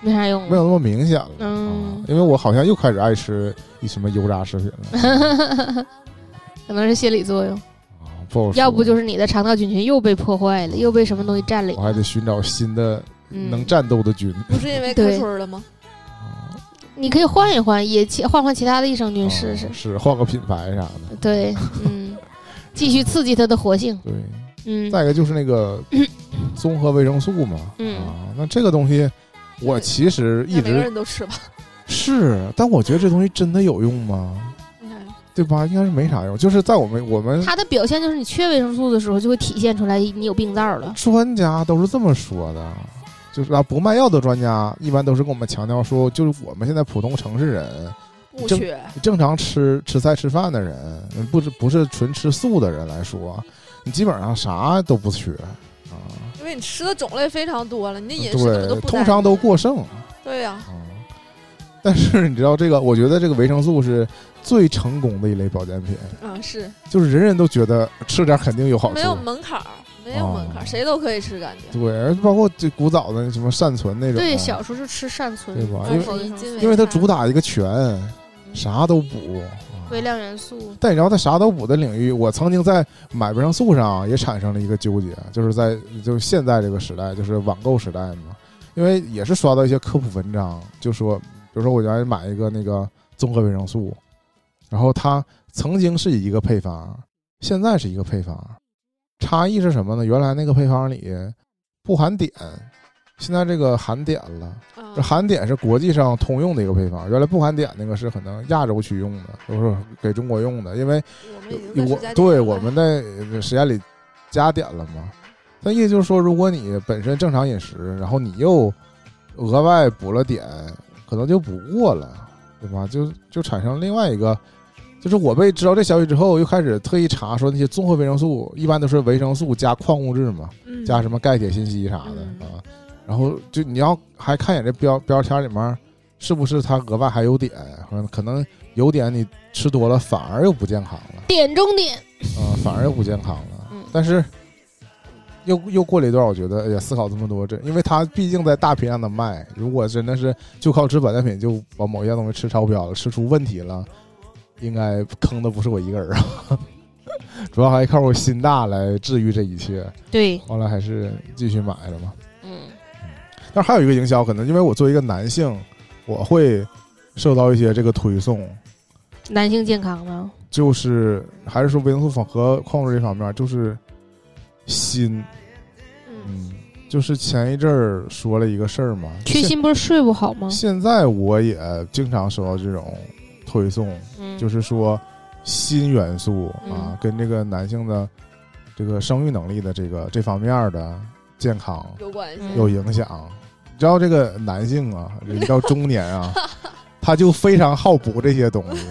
没啥用
没有那么明显了，
嗯
啊，因为我好像又开始爱吃一什么油炸食品了，
了， 可能是心理作用，
啊，不好说
要不就是你的肠道菌群又被破坏了，又被什么东西占领
我还
了。
得寻找新的
嗯
能战斗的菌，
不是因为
对
开春了吗？
啊
你可以换一换，也其换换其他的益生菌试试
啊。是换个品牌啥的，
嗯对， 嗯，继续刺激它的活性。
对，
嗯，
再一个就是那个
嗯
综合维生素嘛，
嗯
啊，那这个东西我其实一
那每个
直
人都 吃吧。
是，但我觉得这东西真的有用吗？对吧？应该是没啥用，就是在我们我们
它的表现就是你缺维生素的时候，就会体现出来你有病灶了。
专家都是这么说的，就是啊，不卖药的专家一般都是跟我们强调说，就是我们现在普通城市人，
不
正
缺，
正常吃吃菜吃饭的人，嗯不是不是纯吃素的人来说，你基本上啥都不缺啊，
因为你吃的种类非常多了，你的饮食怎么
对
都，不
通
单
常
一
都过剩。
对呀。
啊。但是你知道这个，我觉得这个维生素是最成功的一类保健品，
嗯，是
就是人人都觉得吃点肯定有好处
没。有门槛儿，没有门
哦
槛儿，谁都可以吃，感觉。
对，而包括这古早的什么善存那种，
对，小时候就吃善存，
对吧
丰
因为
富维生素
因
因为它
啊
主打一个全，
嗯
啥都补。啊
微量元素。
但你知道，在啥都补的领域，我曾经在买维生素上也产生了一个纠结，就是在就是现在这个时代，就是网购时代嘛，因为也是刷到一些科普文章，就说，比如说我原来买一个那个综合维生素，然后它曾经是一个配方，现在是一个配方，差异是什么呢？原来那个配方里不含碘，现在这个含碘了。
啊
这含碘是国际上通用的一个配方，原来不含碘那个是可能亚洲区用的，都是给中国用的，因为
我们已经在
我
石家
对
庄
我
了
们在实验里加碘了嘛。那意思就是说，如果你本身正常饮食，然后你又额外补了碘，可能就补过了，对吧？就就产生另外一个，就是我被知道这消息之后，又开始特意查说那些综合维生素一般都是维生素加矿物质嘛，
嗯
加什么钙、铁、锌、硒啥的、
嗯
啊。然后就你要还看一眼这标标签里面是不是它额外还有碘，或者可能有碘你吃多了反而又不健康了
点中点，
啊、反而又不健康了。
嗯
但是又又过了一段，我觉得也思考这么多，这因为它毕竟在大批量的卖，如果真的是就靠吃保健品就把某一样东西吃超标了，吃出问题了，应该坑的不是我一个人啊。 主要还靠我心大来治愈这一切，
对，
后来还是继续买了嘛。
嗯，
但是还有一个营销，可能因为我作为一个男性，我会受到一些这个推送，
男性健康吗？
就是还是说维生素粉和矿物质这方面，就是锌，
嗯
嗯，就是前一阵儿说了一个事儿嘛，
缺
现。
锌不是睡不好吗？
现在我也经常收到这种推送，
嗯，
就是说新元素啊，
嗯
跟这个男性的这个生育能力的这个这方面的健康
有关系。
嗯
有影响。你知道这个男性啊，人到中年啊，他就非常好补这些东西，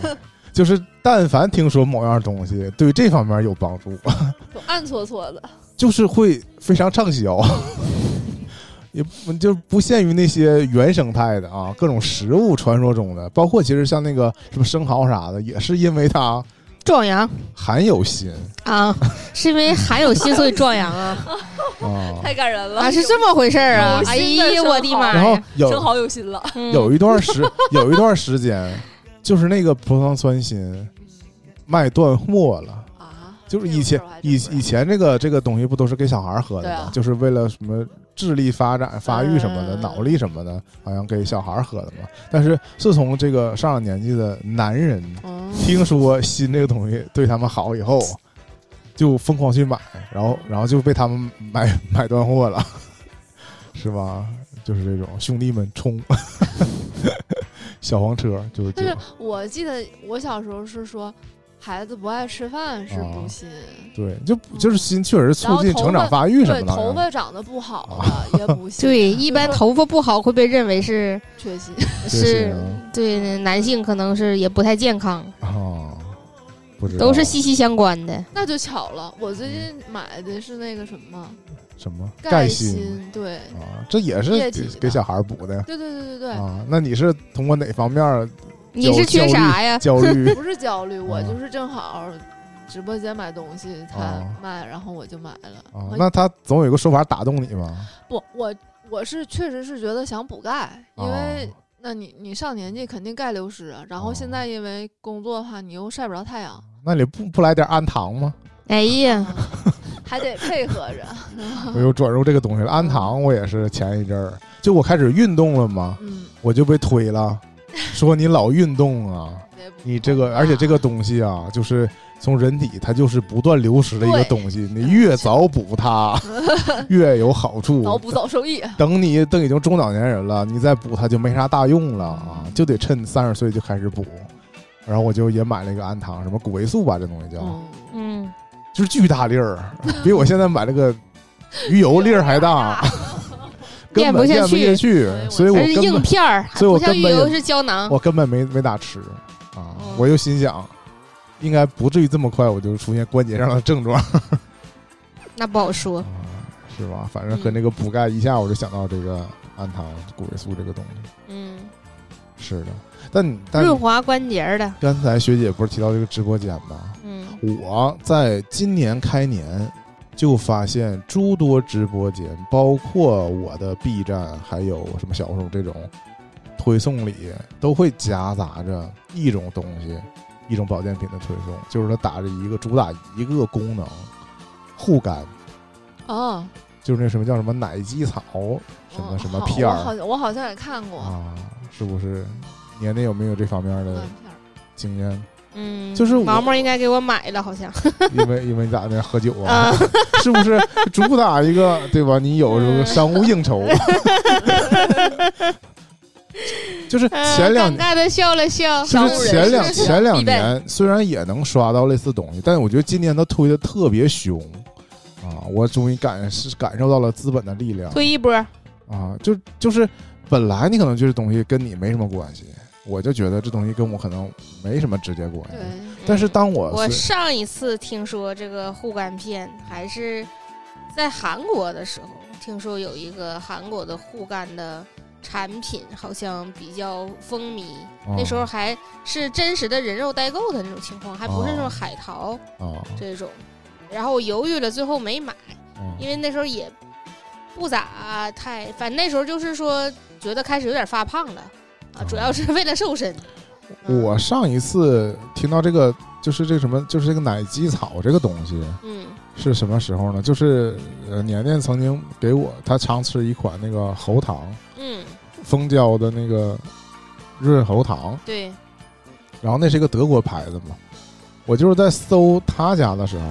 就是但凡听说某样东西对这方面有帮助，
都暗搓搓的，
就是会非常畅销，也不就不限于那些原生态的啊，各种食物传说中的，包括其实像那个什么生蚝啥的，也是因为它
嗯壮阳
含有锌
啊，是因为含有锌所以壮 阳啊
啊，
太感人了。
啊，是这么回事儿啊
有！
哎
锌的
呀，
生蚝
我的妈
然后
呀！
有
正好有心了，
嗯
有一段 时有一段时间，就是那个葡萄酸锌卖断货了。
啊！
就是以前以以前这个这个东西不都是给小孩喝的
对
吗？
啊
就是为了什么智力发展、发育什么的、
嗯
脑力什么的，好像给小孩喝的嘛。但是自从这个上了年纪的男人
哦
听说锌这个东西对他们好以后，就疯狂去买，然后然后就被他们买 买断货了，是吧？就是这种兄弟们冲， 小黄车就是这
但是
种，
我记得我小时候是说，孩子不爱吃饭是
啊
补锌，
对，就就是锌确实
然
促
后
进
头
成长
发
发育什
对
么的，
头发长得不好
哦
了也 补锌，
对，一般头发不好会被认为是
缺锌。
是
啊
对男性可能是也不太健康，
哦，不知道
都是息息相关的。
那就巧了，我最近
嗯
买的是那个什么
什么
钙
锌
锌，对
啊，这也是给
液体的
给小孩补的
对对对对对，
啊。那你是通过哪方面儿
你是缺啥呀？
焦 虑？
不是焦虑，我
啊
就是正好直播间买东西，他
啊
卖，然后我就买了。
啊
我，
那他总有一个说法打动你嘛？
不，我我是确实是觉得想补钙，因为、
啊
那你你上年纪肯定钙流失啊，然后现
哦
在因为工作的话，你又晒不着太阳，
那你不不来点氨糖吗？
哎呀，
还得配合着。啊
我又转入这个东西了。
嗯
氨糖我也是前一阵儿，就我开始运动了嘛，
嗯，
我就被推 了，说你老运动啊，
得补
你这个
啊
而且这个东西啊，就是从人体它就是不断流失的一个
对
东西，你越早补 它越有好处。
脑补早受益，
等你等已经中老年人了，你再补它就没啥大用了啊，就得趁三十岁就开始补。然后我就也买了一个氨糖，什么谷维素吧，这东西叫，
嗯，
嗯，
就是巨大粒儿，比我现在买那个鱼油粒儿还 大，根
咽不
本
下
咽不下
去
去，所以我
还是
根
硬
本
片儿，还
所以我
不像
根
鱼
本
油
也
是胶囊。
我根本没没咋吃啊
嗯，
我就心想，应该不至于这么快我就出现关节上的症状，
那不好说。
是吧？反正和那个补钙一下，我就想到这个氨糖、谷维素这个东西，
嗯，
是的。但你但
润滑关节儿的。
刚才学姐不是提到这个直播间吗？
嗯，
我在今年开年就发现诸多直播间，包括我的 B 站，还有什么小红书这种推送里，都会夹杂着一种东西，一种保健品的推送，就是它打着一个主打一个功能，护肝，
哦，
就是那什么叫什么奶基草什么
嗯
什么
好
片
我好
儿
像我好像也看过嗯
啊，是不是？年年有没有这方面的
烂片儿，
经验？
嗯，
就是我
毛毛应该给我买了，好像
因为因为你咋的喝酒啊
啊？，
是不是主打一个对吧？你有这
嗯
个商务应 酬，就是
呃
前两
尴尬的笑了笑。
就
嗯商务
是
人
前两
士
前两
必备
年虽然也能刷到类似东西，但我觉得今年它推的特别凶啊！我终于感是感受到了资本的力量
推一波，
啊！就就是本来你可能觉得东西跟你没什么关系，我就觉得这东西跟我可能没什么直接关系。
对，
但是当我
嗯我
是
上一次听说这个护肝片，还是在韩国的时候，听说有一个韩国的护肝的产品，好像比较风靡。
啊
那时候还是真实的人肉代购的那种情况，还不是那种
哦
海淘
啊，
这种。然后我犹豫了，最后没买，
啊
因为那时候也不咋太，反正那时候就是说觉得开始有点发胖了啊，主要是为了瘦身。嗯
哦我上一次听到这个，就是这个什么，就是这个奶基草这个东西
嗯
是什么时候呢？就是呃，年年曾经给我，他常吃一款那个喉糖，
嗯，
蜂胶的那个润喉糖，
对，
然后那是一个德国牌子嘛。我就是在搜他家的时候，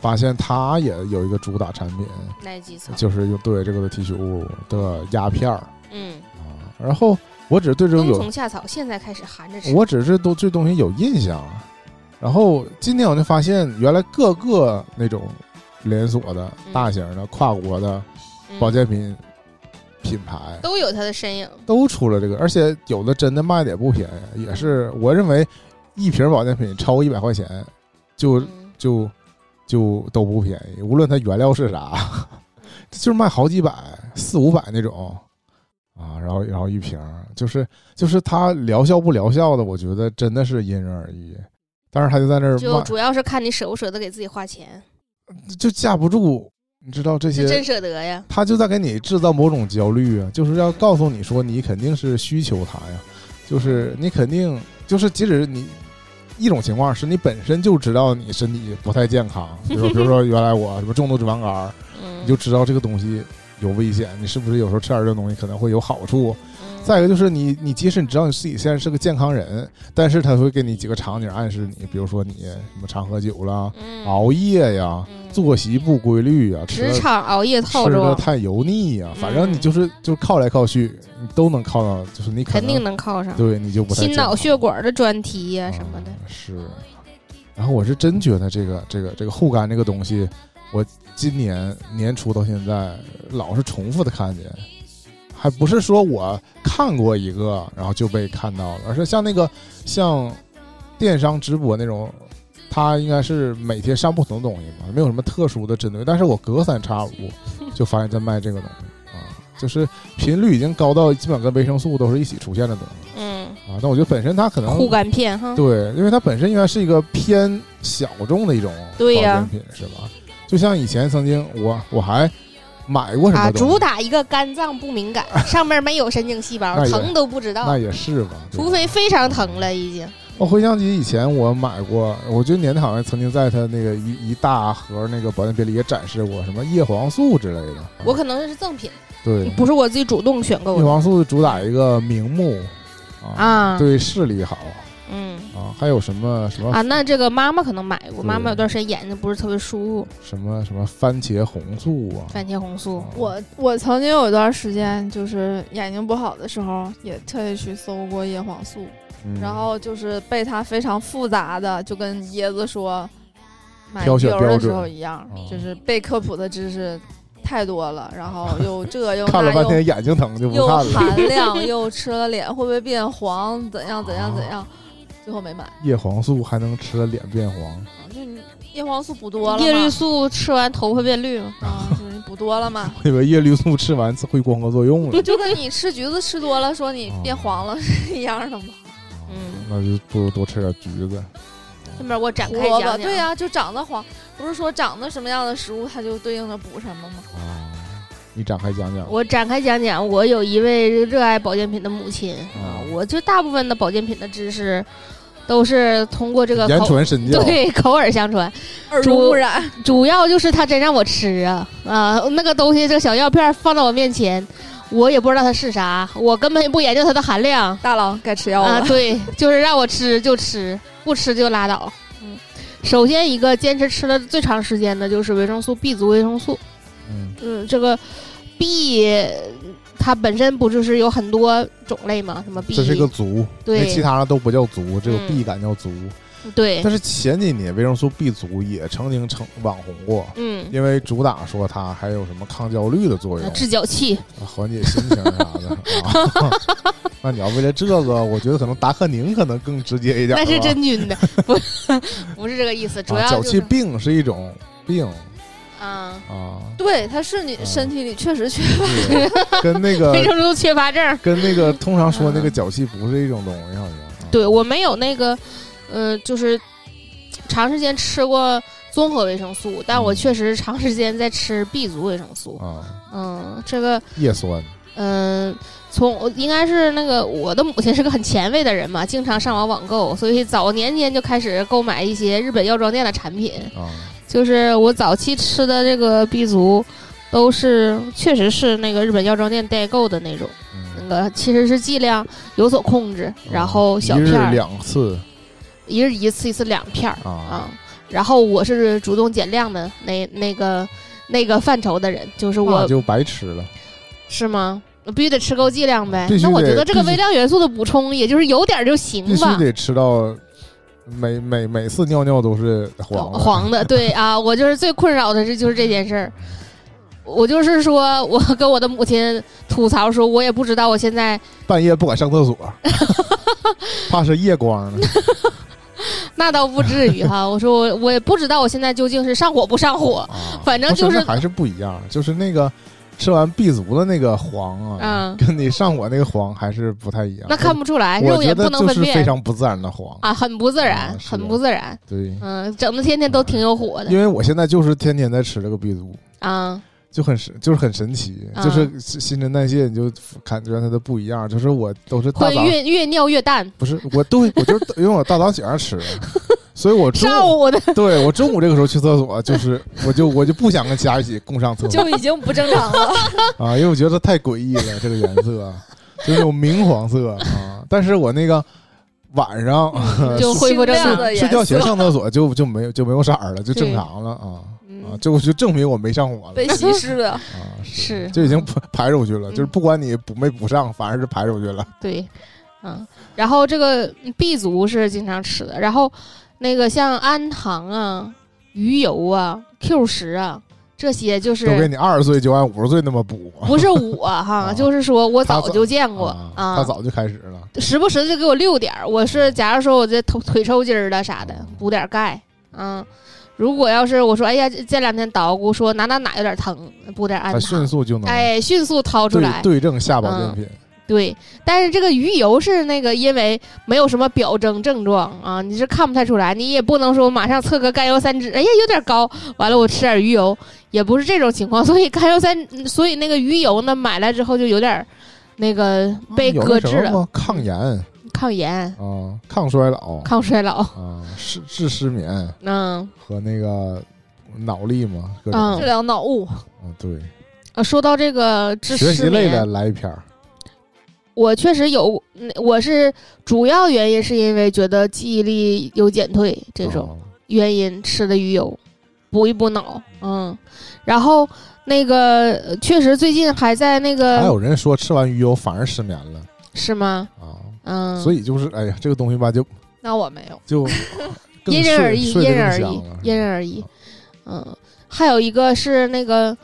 发现他也有一个主打产品，
奶基草，
就是用对这个提取物的鸦片儿
嗯，
啊。然后我只对这种
冬
有，
虫夏草现在开始含着吃。
我只是都对东西有印象，然后今天我就发现，原来各个那种连锁的、
嗯
大型的、跨国的
嗯
保健品品牌
都有它的身影。
都出了这个，而且有的真的卖的也不便宜，也是我认为一瓶保健品超过一百块钱就
嗯
就就都不便宜，无论它原料是啥， 就是卖好几百、四五百那种啊，然后然后一瓶儿，就是就是它疗效不疗效的，我觉得真的是因人而异。但是他就在那儿
就
卖，
主要是看你舍不舍得给自己花钱，
就架不住，你知道这
是真
些，
舍得呀。
他就在给你制造某种焦虑啊，就是要告诉你说你肯定是需求它呀，就是你肯定就是即使你。一种情况是你本身就知道你身体不太健康，比 如说比如说原来我什么重度脂肪肝儿，
嗯，
你就知道这个东西有危险，你是不是有时候吃点儿这东西可能会有好处？
嗯
再一个就是你，你即使你知道你自己现在是个健康人，但是他会给你几个场景暗示你，比如说你什么常喝酒啦、
嗯
熬夜呀、
嗯
作息不规律呀、吃
职
的
场熬夜
吃
套
的
装，
太油腻呀，反正你
嗯
就是就是靠来靠去，你都能靠到，就是你可
肯
能
定能靠上。
对你就不太
心
健
脑
康
血管的专题呀、什么的
啊，是，然后我是真觉得这个这个这个护肝这个东西，我今年年初到现在老是重复的看见，还不是说我看过一个然后就被看到了，而是像那个像电商直播那种。他应该是每天上不同的东西嘛，没有什么特殊的针对，但是我隔三差五就发现在卖这个东西啊，就是频率已经高到基本跟维生素都是一起出现的东西
嗯，
啊。但我觉得本身它可能
护肝片哈，
对，因为它本身应该是一个偏小众的一种
对
保
呀
健品，是吧？就像以前曾经我我还买过什
啊，
么东西，
主打一个肝脏不 敏感，上面没有神经细胞
那，也
疼都不知道
那，也哦是吧，对吧
除非非常疼了已经。
我回想起以前我买过，我觉得年代好像曾经在它那个一一大盒那个保健品里也展示过什么叶黄素之类的，
我可能是赠品，
对
不是我自己主动选购
叶
的
黄素主打一个明目啊，
啊。
对视力好
嗯
啊，还有什么什么
啊，那这个妈妈可能买过，
对
妈妈有段时间眼睛不是特别舒服，
什么什么番茄红素啊，
番茄红素。
我我曾经有一段时间就是眼睛不好的时候，也特意去搜过叶黄素，
嗯
然后就是被它非常复杂的，就跟椰子说买
挑
牛
选标
的时
准
候一样
哦，
就是被科普的知识太多了，然 后又这又
看了半
那又
天眼睛疼就不
又
看了。
含量又吃了脸会不会变黄，怎样怎样怎样，最后没买。
叶黄素还能吃的脸变黄，
啊就你叶黄素补多了嘛，
叶绿素吃完头会变绿吗？
啊，就是你补多了 嘛，，
我以为叶绿素吃完会光合作用了
就跟你吃橘子吃多了
哦
说你变黄了是 一样的嘛。
嗯，
那就不如多吃点橘子。
这边给我展开
胡萝卜
讲讲。
对、呀、就长得黄，不是说长得什么样的食物它就对应的补什么吗？
啊，你展开讲讲。
我展开讲讲，我有一位热爱保健品的母亲啊
哦，
我就大部分的保健品的知识都是通过这个
言
口
传身教，
对口耳相传，
耳
猪
濡目染，
主要就是他真让我吃啊啊，那个东西这个小药片放到我面前，我也不知道它是啥，我根本不研究它的含量
大佬该吃药了。
啊。对，就是让我吃就吃，不吃就拉倒。嗯，首先一个坚持吃了最长时间的就是维生素 B 族维生素，
嗯
嗯，这个 B 它本身不就是有很多种类吗？什么 B？
这是一个族，
对
那其他的都不叫族，只有
嗯哎
B 感叫族。
对
但，是前几年维生素 B 族也曾经成网红过，
嗯，
因为主打说它还有什么抗焦虑的作用，
治脚气，
啊缓解心情啥的。 啊 那你要为了这个，我觉得可能达克宁可能更直接一点吧。
那是真菌的，不 不是这个意思，主
啊
要
脚
就是
气病是一种病
啊。
啊。
对，它是你
嗯
身体里确实缺乏，
对，跟那个
维生素缺乏症。
跟那个通常说那个脚气不是一种东西，好像。啊
嗯对我没有那个，呃，就是长时间吃过综合维生素，但我确实长时间在吃 B 族维生素。
嗯啊，
嗯，这个，
叶酸
嗯、从我应该是那个我的母亲是个很前卫的人嘛，经常上网网购，所以早年间就开始购买一些日本药妆店的产品。
啊，
就是我早期吃的这个 B 族，都是确实是那个日本药妆店代购的那种。那
嗯，
个其实是剂量有所控制，然后小
哦啊一日
片儿
两次
一日一次，一次两片儿啊
啊，。
然后我是主动减量的那那个那个范畴的人，就是
那
我
哦就白吃了。
是吗？我必须得吃够剂量呗
必。须
那我觉
得
得这个
必须
微量元素的补充，也就是有点儿就行
必须
吧。
得吃到每每每次尿尿都是黄的
黄的，对啊，我就是最困扰的是就是这件事儿。我就是说，我跟我的母亲吐槽说，我也不知道我现在
半夜不敢上厕 所，怕是夜光呢。
那倒不至于哈。我说我我也不知道我现在究竟是上火不上火，
啊
反正
不
就是
那还是不一样，就是那个吃完 B 族的那个黄啊，
嗯
跟你上火那个黄还是不太一样。
那看不出来，
我
肉
觉
眼
得
不能
就
分
是非
辨
常不自然的黄，
啊，很不自然
啊，是
很
的
不自然。
对，
嗯，整的天天都挺有火的
因为我现在就是天天在吃这个 B 族，
啊，
就很神，就是很神奇，
啊
就是新陈代谢你就感觉它的不一样，就是我都是大
会
早
越越尿越淡。
不是我对我就是因为我大早起上吃的，所以我中
上
午
午的
对我中午这个时候去厕所，就是我就我就不想跟其他人一起共上厕所
就 已经不正常了。
啊，因为我觉得太诡异了，这个颜色啊就是那种明黄色啊。但是我那个晚上
嗯就 恢复正
适量
常
的
睡觉前上厕所就就没有就没有色儿了，就正常了啊啊，
嗯
就就证明我没上火了
被稀释 了，
啊，
是
就已经排排出去了，
嗯
就是不管你补没补上，反而是排出去了。
对，嗯，然后这个 B 族是经常吃的，然后那个像氨糖啊、鱼油啊、Q 十啊这些就
都给
是。
你二十岁就按五十岁那么补
不是我哈，
啊
就是说我
他
早
早
就见过
啊，
啊，
他早就开始了。
时不时就给我溜点儿。我是假如说我这腿腿抽筋儿了啥的
哦，
补点儿钙。嗯，如果要是我说哎呀这这两天捣鼓说哪哪哪有点疼，补点氨
他迅
糖，
速就能
哎，迅速掏出来
嗯
嗯
对。对症下保健品，
对，但是这个鱼油是那个因为没有什么表征症状啊，你是看不太出来，你也不能说马上测个甘油三酯，哎呀有点高，完了我吃点鱼油，也不是这种情况， 所以甘油三，所以那个鱼油呢买来之后就有点儿那个被
嗯有
搁
那
置
什么
了，
吗抗炎
抗炎、
啊，抗衰老
抗衰老，
啊，治治失眠
嗯。
和那个脑力嘛，各种
嗯
治疗脑雾。
啊对，
啊，说到这个知
学习
失
类
眠
的，来一篇儿
我确实有，嗯我是主要原因是因为觉得记忆力有减退这
哦
种原因吃的鱼油，补一补脑，嗯，然后那个呃确实最近还在那
啊还
个
有人说吃完鱼油反而失眠了
是吗？
啊，
嗯，
所
以
以就是哎呀，这个东西吧，就
那我没有，
就更
因人
睡
而异，
睡
因
得
人
更
而异
香了，
因人而异，嗯，还有一个是那个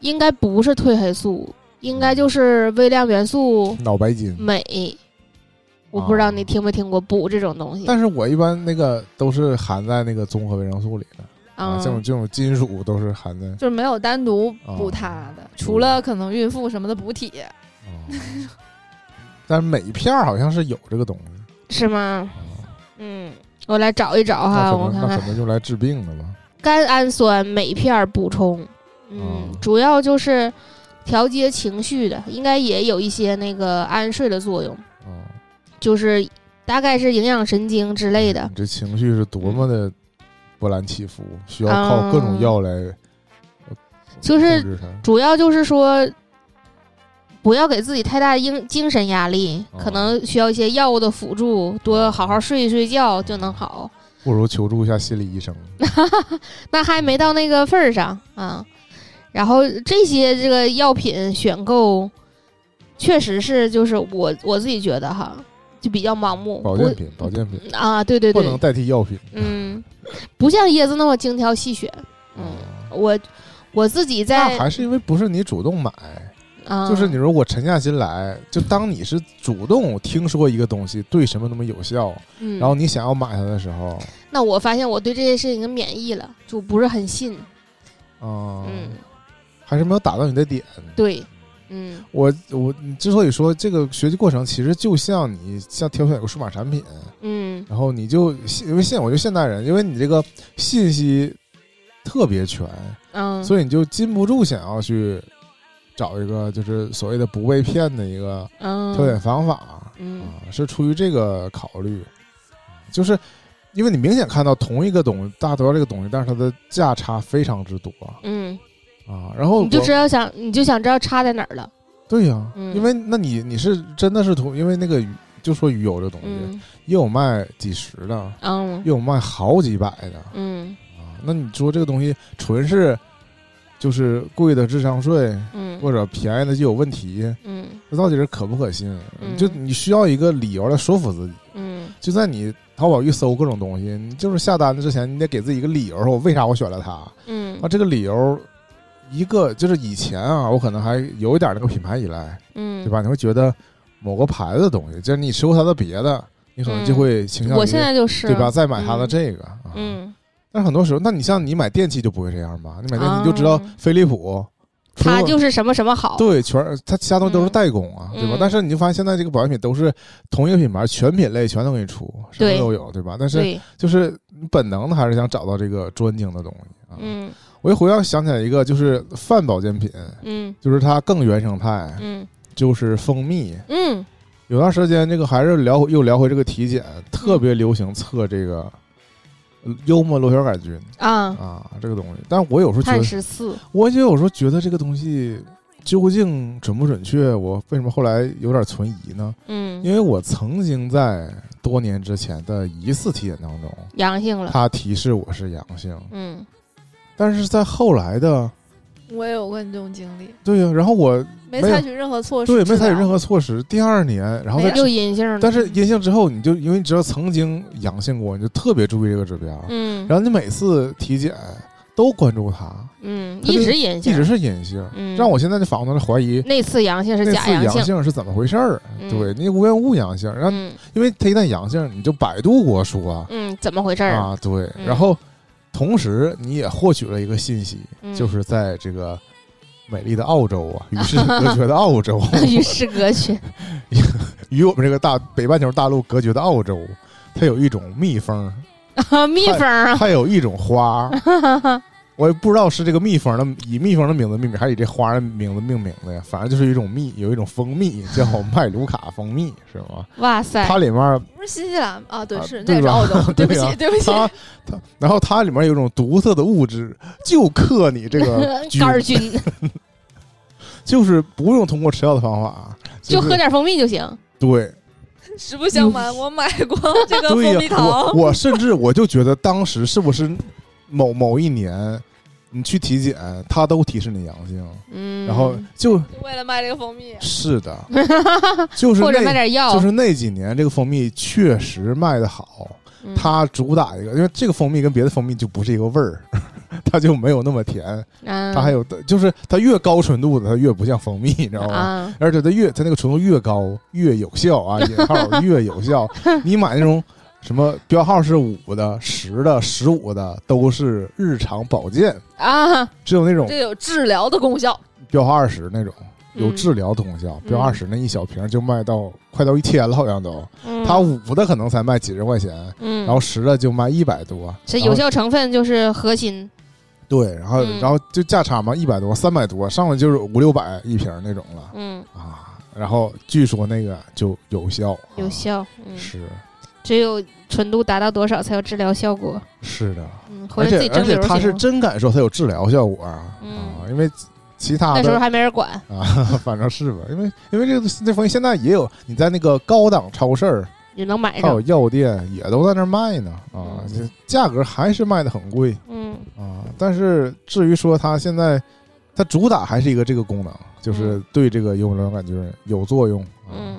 应该不是褪黑素，应该就是微量元素
脑白金。
嗯镁。我不知道你听没听过补这种东西，
哦但是我一般那个都是含在那个综合维生素里的
嗯
啊，这种这种金属都是含在
就是没有单独补
哦
它的，除了可能孕妇什么的补铁。
啊，但是每一片儿好像是有这个东西
是吗？
啊。
嗯，我来找一找哈，
那
啊我
可能
看
那
看
可能就来治病的了。
甘氨酸镁片儿补充，嗯
哦，
主要就是调节情绪的，应该也有一些那个安睡的作用，
啊，
就是大概是营养神经之类的嗯
你。这情绪是多么的波澜起伏，需要靠各种药来
就是
控制它
主要就是说，不要给自己太大精精神压力，可
哦
能需要一些药物的辅助，多好好睡一睡觉就能好。
不如求助一下心理医生。
那还没到那个份儿上啊。然后这些这个药品选购，确实是就是我我自己觉得哈，就比较盲目，
保健品，保健品
不啊，对对
不
对，
能代替药品。
嗯，不像椰子那么精挑细选，嗯，
啊，
我我自己在
那还是因为不是你主动买，
啊，
就是你如果沉下心来，就当你是主动听说一个东西对什么那么有效，
嗯，
然后你想要买它的时候，
那我发现我对这些事情已经免疫了，就不是很信，
啊，
嗯，
还是没有打到你的点。
对，嗯
我我你之所以说这个学习过程，其实就像你像挑选一个数码产品，
嗯
然后你就因为现我就现代人，因为你这个信息特别全，
嗯，
所以你就禁不住想要去找一个就是所谓的不被骗的一个
嗯
挑选方法
嗯
啊，是出于这个考虑，就是因为你明显看到同一个东西，大家都要这个东西，但是它的价差非常之多
嗯，
啊。然后
你就
我
知道想你就想知道差在哪儿了，
对呀、
嗯
因为那你你是真的是同，因为那个鱼就说鱼油这东西，
嗯
也有卖几十的，
嗯
也有卖好几百的。
嗯
啊，那你说这个东西纯是就是贵的智商税，
嗯
或者便宜的就有问题，
嗯
这到底是可不可信？啊
嗯
就你需要一个理由来说服自己。
嗯
就在你淘宝一搜各种东西，你就是下单之前，你得给自己一个理由，说我为啥我选了它。
嗯
那这个理由，一个就是以前啊，我可能还有一点那个品牌依赖，
嗯，
对？吧？你会觉得某个牌子的东西，就是你吃过它的别的，你可能就会倾向于、
嗯我现在就是
对吧？？再买它的
嗯
这个啊。
嗯，
但是很多时候，那你像你买电器就不会这样吧？你买电器
啊
你就知道飞利浦，
它
除了
就是什么什么好，
对，全它其他东西都是
嗯
代工啊，对吧
嗯？
但是你就发现现在这个保健品都是同一个品牌，全品类全都给你出，什么
对
都有，对吧？但是
对，
就是你本能的还是想找到这个专精的东西啊。
嗯
我一回想想起来一个，就是泛保健品，
嗯
就是它更原生态，
嗯
就是蜂蜜。
嗯
有段时间，这个还是聊又聊回这个体检，特
嗯
别流行测这个呃幽门螺旋杆菌
啊，
啊，这个东西。但我有时候觉
碳
得，
十四，
我就有时候觉得这个东西究竟准不准确，我为什么后来有点存疑呢？因
嗯，
为我曾经在多年之前的一次体检当中，
阳性了，
它提示我是阳性，
嗯
但是在后来的，
我也有过你这种经历，
对呀、然后我
没
没有
采取任何措施，啊
对没采取任
何，
何措施，第二年，然后
没
再
有
又阴性了，
但是阴性之后，你就因为你知道曾经阳性过，你就特别注意这个指标，
嗯
然后你每次体检都关注它，
嗯，
它就
一直阴
一
性
直，是阴性，
嗯
让我现在就反过头来怀疑
那次阳性
那
是
次
假
阳
性，
性是怎么回事儿。啊
嗯
对你无缘无故阳性，然后
嗯
因为它一旦阳性，你就百度给我说
嗯，怎么回事儿？
啊，对，
嗯
然后同时你也获取了一个信息，
嗯
就是在这个。美丽的澳洲 啊，与世隔绝的澳洲，
与世隔绝，
与我们这个大北半球大陆隔绝的澳洲，它有一种蜜蜂
啊蜜蜂啊，
还有一种花， 我也不知道是这个蜜蜂的以蜜蜂的名字命名，还是以这花的名字命名的呀？反正就是一种蜜，有一种蜂蜜叫麦卢卡蜂蜜，是吗？
哇塞，
它里面
不是新西兰啊，对
啊，
是
对
那个是
吧
澳洲，对不
对呀啊
起，对不 起，
它它，然后它里面有一种独特的物质，就克你这 个
肝儿
菌，
菌，
就是不用通过吃药的方法，啊
就是喝点蜂蜜就行。
对
实不相瞒，我买过这个蜂
对
蜜
呀、
糖，
我我甚至我就觉得当时是不是某某一年你去体检，它都提示你阳性，
嗯，
然后就
就为了卖这个蜂蜜，
是 的，就是
或者买
那
点药，
就是那几年这个蜂蜜确实卖的好，
嗯
它主打一个，因为这个蜂蜜跟别的蜂蜜就不是一个味儿， 它就没有那么甜，
嗯
它还有就是它越高纯度的它越不像蜂 蜜，你知道吗？
啊，
而且它越它那个纯度越高越有效啊，引号越有 效。你买那种什么标号是五的、十的、十五的，都是日常保健，
啊，
只有那种
这有治疗的功效。
标号二十那种有
嗯
治疗功效，标
嗯
二十那一小瓶就卖到快到一千了，好像都。
嗯
它五的可能才卖几十块钱，
嗯，
然后十的就卖一百多。
这
然后
有效成分就是核心，
对，然后、
嗯
然后就价差嘛，一百多、三百多，上来就是五六百一瓶那种了
嗯，
啊。然后据说那个就有效，
有、效，
啊、
嗯，
是
只有纯度达到多少才有治疗效果，
是的，
嗯，回
而
头自
且
己蒸
而且
馏
他是
行吗
真敢说它有治疗效果啊，
嗯
啊因为其他
那时候
的
还没人管，
啊， 反正是吧，因为因为这个这东西现在也有，你在那个高档超市儿
也能买
还有
着，
药店也都在那儿卖呢啊，
哎嗯
这价格还是卖的很贵。
嗯
啊，但是至于说它现在，它主打还是一个这个功能，就是对这个幽门螺旋杆菌有作用。啊、
嗯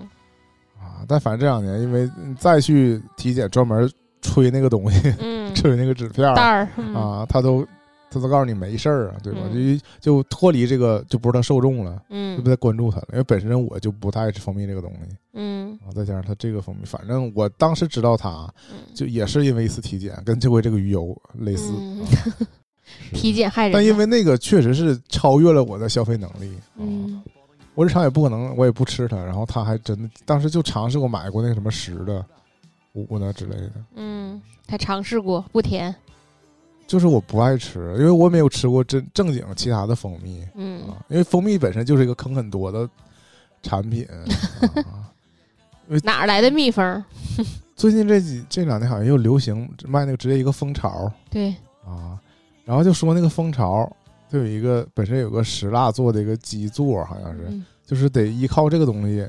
啊，但反正这两年因为嗯再去体检专门吹那个东西，
嗯，
吹那个纸片儿
袋儿，嗯
啊，他都他都告诉你没事儿啊，对吧？
嗯
就就脱离这个就不是他受众了，就不
嗯
再关注他了。因为本身我就不太爱吃蜂蜜这个东西
嗯
啊，再加上他这个蜂蜜，反正我当时知道他
嗯，
就也是因为一次体检，跟这回这个鱼油类似。
嗯
啊
体检害人的，
但因为那个确实是超越了我的消费能力，啊，
嗯
我日常也不可能，我也不吃它，然后它还真的，当时就尝试过买过那个什么十的、五的之类的，
嗯，还尝试过不甜，
就是我不爱吃，因为我没有吃过真正经其他的蜂蜜
嗯
啊，因为蜂蜜本身就是一个坑很多的产品。啊
哪儿来的蜜蜂？
最近这几这两年好像又流行卖那个直接一个蜂巢
对，
啊，然后就说那个蜂巢，它有一个本身有个石蜡做的一个基座，好啊像是。
嗯
就是得依靠这个东西，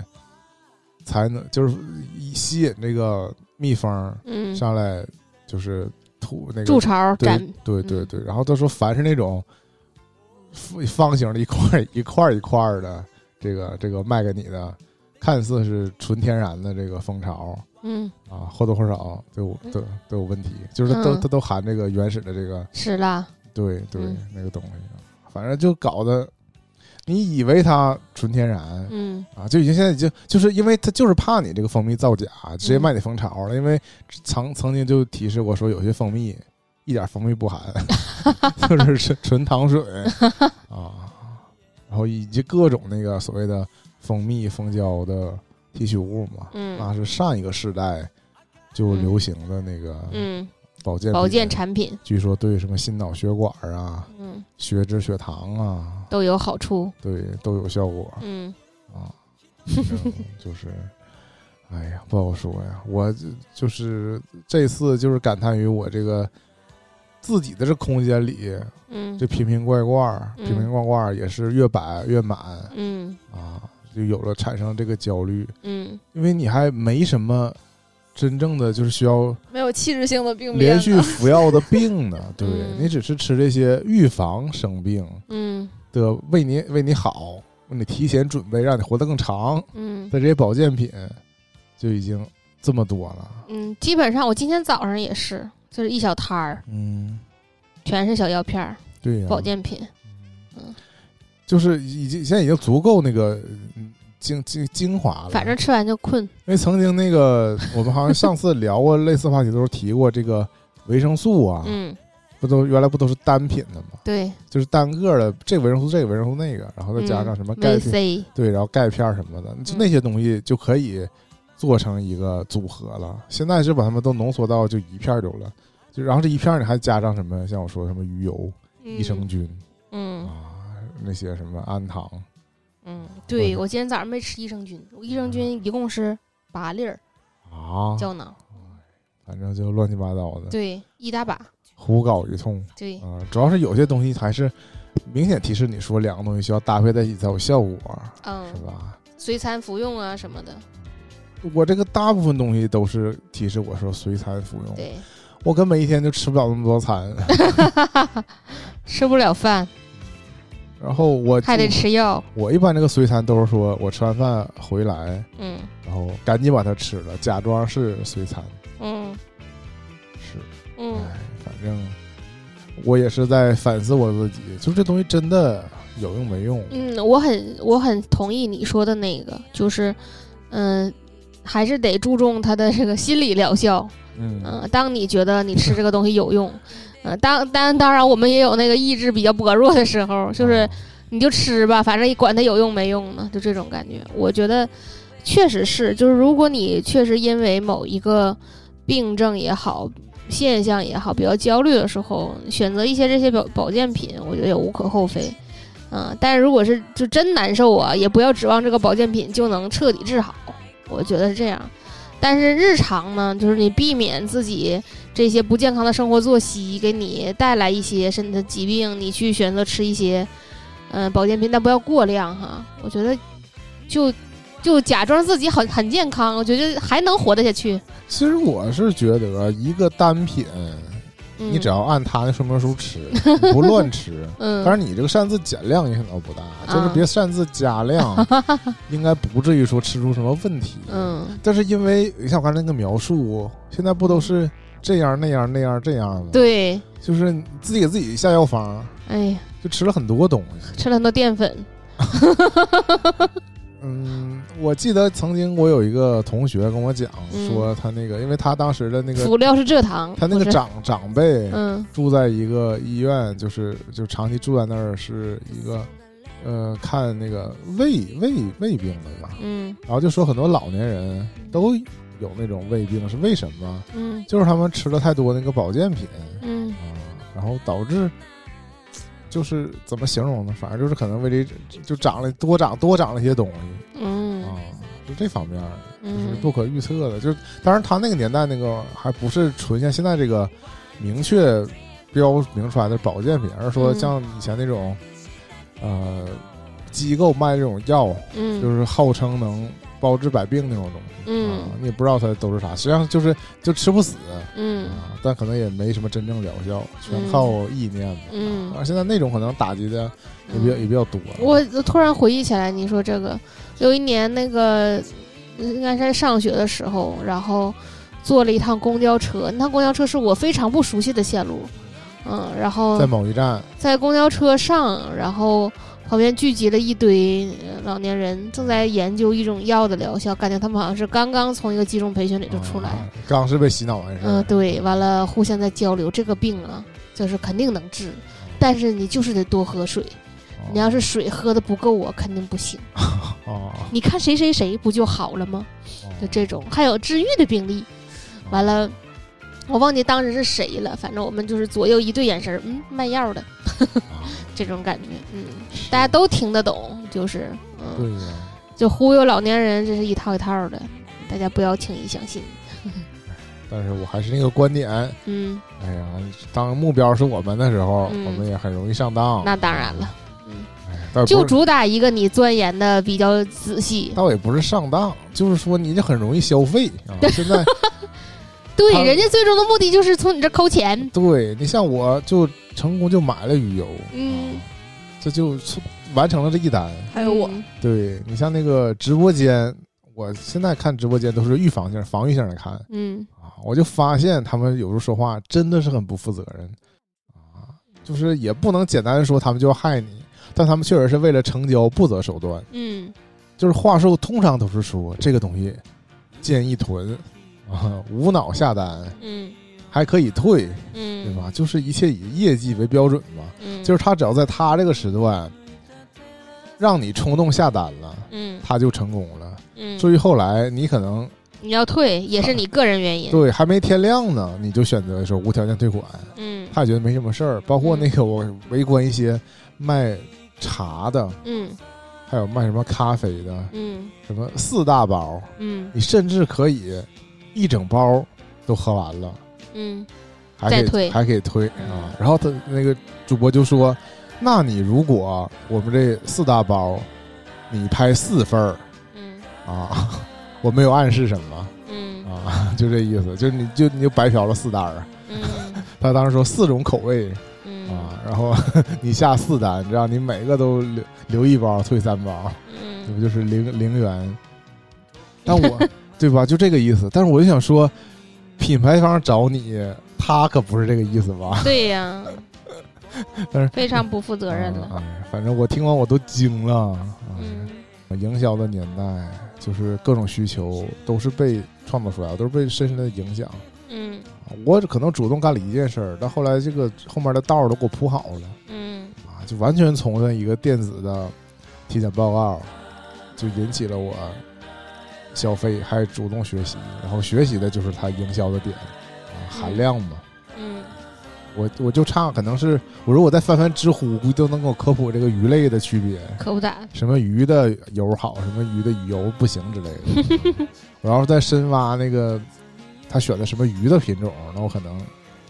才能就是以吸引这个蜜蜂
嗯，
上来，就是吐那个
筑巢嗯
对
展，
对对对。然后他说，凡是那种方方形的一块儿一块儿一块儿的，这个这个卖给你的，看似是纯天然的这个蜂巢，
嗯，
啊，或多或少都有都都有问题，就是它都、
嗯
它都含这个原始的这个
是啦，
对对、
嗯
那个东西，啊反正就搞得你以为它纯天然、
嗯
啊，就已经现在已经就是因为它就是怕你这个蜂蜜造假，直接
嗯
卖你蜂巢了，因为曾曾经就提示过说有些蜂蜜一点蜂蜜不含， 就是纯纯糖水啊，然后以及各种那个所谓的蜂蜜蜂胶的提取物嘛，
嗯
那是上一个世代就流行的那个
嗯，
保健
保
品
健，产品，
据说对什么心脑血管啊、
嗯，
血脂、血糖啊，
都有好处，
对都有效果
嗯
啊。反正就是，哎呀，不好说呀。我就就是这次就是感叹于我这个自己的这空间里，
嗯
这瓶瓶罐罐儿、
嗯
瓶瓶罐罐儿也是越摆越满
嗯
啊，就有了产生这个焦虑，
嗯
因为你还没什么真正的就是需要
没有器质性的病
连
变呢
续服药的病 呢，对
嗯
你只是吃这些预防生病
嗯
的，为你为你好，为你提前准备，让你活得更长
嗯
的这些保健品，就已经这么多了。
嗯，基本上我今天早上也是，就是一小摊儿，
嗯，
全是小药片儿、
对啊呀、
保健品，嗯
就是已经现在已经足够那个嗯精精精华了。
反正吃完就困，
因为曾经那个我们好像上次聊过类似话题的时候提过这个维生素啊，
嗯，
不都原来不都是单品的吗？
对，
就是单个的，这个维生素这个维生素那个，然后再加上什么钙
维
片
嗯 C，
对，然后钙片儿什么的，就那
嗯
些东西就可以做成一个组合了。现在是把它们都浓缩到就一片儿有了，就然后这一片儿你还加上什么，像我说什么鱼油、益生菌
嗯
啊，那些什么氨糖，
嗯，
或
对
者
我今天早上没吃益生菌，我益生菌一共是八粒儿
啊，
胶囊，
反正就乱七八糟的，
对，哎一大把，
胡搞一通
对，
啊。主要是有些东西还是明显提示你说两个东西需要搭配在一起才有效果，是
嗯，
吧？哦
随餐服用啊什么的，
我这个大部分东西都是提示我说随餐服用，
对，
我根本一天就吃不了那么多餐。
吃不了饭
然后我
还得吃药，
我一般这个随餐都是说我吃完饭回来，
嗯
然后赶紧把它吃了，假装是随餐
嗯
是。
嗯
哎，反正我也是在反思我自己，就这东西真的有用没用？
嗯，我很我很同意你说的那个，就是嗯。还是得注重它的这个心理疗效，嗯、
嗯，
当你觉得你吃这个东西有用，嗯、当当当然我们也有那个意志比较薄弱的时候，
啊
就是你就吃吧，反正也管它有用没用呢，就这种感觉。我觉得确实是，就是如果你确实因为某一个病症也好、现象也好，比较焦虑的时候，选择一些这些保保健品，我觉得也无可厚非。嗯，但是如果是就真难受啊，也不要指望这个保健品就能彻底治好，我觉得是这样。但是日常呢，就是你避免自己这些不健康的生活作息给你带来一些身体的疾病，你去选择吃一些嗯，保健品，但不要过量哈。我觉得就就假装自己很很健康，我觉得还能活得下去。
其实我是觉得一个单品，
嗯、
你只要按它的说明书 吃，你不乱吃。
嗯，
当然，你这个擅自减量影响倒不大，就是
啊
别擅自加 量，应该不至于说吃出什么问题。，
嗯，
但是因为像我刚才那个描述，现在不都是这样那样那样这样吗？，
对，
就是你自己给自己下药方，
哎呀，
就吃了很多东西。
吃了很多淀粉，
嗯，我记得曾经我有一个同学跟我讲
嗯
说，他那个，因为他当时的那个
辅料是蔗糖，
他那个
不是
长长辈
嗯
住在一个医院，就是就长期住在那儿，是一个呃看那个胃胃胃病的吧，
嗯
然后就说很多老年人都有那种胃病，是为什么？
嗯
就是他们吃了太多那个保健品。
嗯
啊，然后导致就是怎么形容呢？反正就是可能胃里就长了多长多长了一些东西啊
嗯，
就这方面儿就是
嗯，
不可预测的。就是当然他那个年代那个还不是纯像现在这个明确标明出来的保健品，而是说
嗯
像以前那种、呃机构卖这种药，
嗯
就是号称能。包治百病那种东西，啊，
嗯
你也不知道它都是啥，实际上就是就吃不死，
嗯
啊，但可能也没什么真正疗效，全
嗯
靠意念吧。
嗯
而现在那种可能打击的啊也比较、
嗯
也比较多。
我突然回忆起来，你说这个，有一年那个应该是上学的时候，然后坐了一趟公交车，那趟公交车是我非常不熟悉的线路，嗯，然后
在某一站，
在公交车上，然后旁边聚集了一堆呃老年人，正在研究一种药的疗效，感觉他们好像是刚刚从一个集中培训里就出来。
啊刚是被洗脑完事
嗯，
儿，啊
对，完了互相在交流，这个病啊，就是肯定能治，但是你就是得多喝水。
哦
你要是水喝的不够啊，肯定不行。
哦，
你看谁谁谁不就好了吗？就这种，还有治愈的病例。
哦
完了，我忘记当时是谁了，反正我们就是左右一对眼神儿，嗯，卖药的
啊
这种感觉，嗯，
是
大家都听得懂，就是，嗯，
对呀。
就忽悠老年人，这是一套一套的，大家不要轻易相信。
但是我还是那个观点，
嗯，
哎呀，当目标是我们的时候，
嗯
我们也很容易上当。
那当然了，嗯
哎，倒也不
就是主打一个你钻研的比较仔细。
倒也不是上当，就是说你这很容易消费啊。现在
对
他，
人家最终的目的就是从你这抠钱。
对你像我就成功就买了 鱼油，
嗯
啊，这就完成了这一单。
还有我，
嗯
对你像那个直播间，我现在看直播间都是预防性、防御性的看
嗯，
啊，我就发现他们有时候说话真的是很不负责任啊，就是也不能简单地说他们就要害你，但他们确实是为了成交不择手段。
嗯，
就是话术通常都是说这个东西建议囤啊，无脑下单
嗯，
还可以退，
嗯，
对吧？就是一切以业绩为标准嘛。
嗯，，
就是是他只要在他这个时段让你冲动下单了，
嗯
他就成功了。
嗯，
至于后来你可能
你要退也是你个人原因。
对还没天亮呢，你就选择说无条件退款，
嗯
他也觉得没什么事儿。包括那个我围观一些卖茶的，
嗯
还有卖什么咖啡的，
嗯
什么四大包。
嗯
你甚至可以一整包都喝完了，
嗯
还可以
再推
还可以推
嗯
啊。然后他那个主播就说：“那你如果我们这四大包，你拍四份儿
嗯
啊，我没有暗示什么
嗯
啊，就这意思，就是你就你就白嫖了四单儿。”
嗯
他当时说四种口味
嗯
啊，然后你下四单，这样你每个都留留一包，退三包。这
嗯
不就是零零元？但我 对吧？就这个意思。但是我就想说，品牌方找你，他可不是这个意思吧？
对呀
但是，
非常不负责任了。
啊哎反正我听完我都惊了。哎
嗯
营销的年代，就是各种需求都是被创造出来的，都是被深深的影响。
嗯
我可能主动干了一件事儿，但后来这个后面的道儿都给我铺好了。
嗯
啊，就完全从那一个电子的体检报告，就引起了我消费，还主动学习，然后学习的就是它营销的点，啊、含量嘛。
嗯
我我就差可能是我如果再翻翻知乎，估计都能给我科普这个鱼类的区别，
可不咋。
什么鱼的油好，什么鱼的油不行之类的。我要是再深挖那个他选的什么鱼的品种，那我可能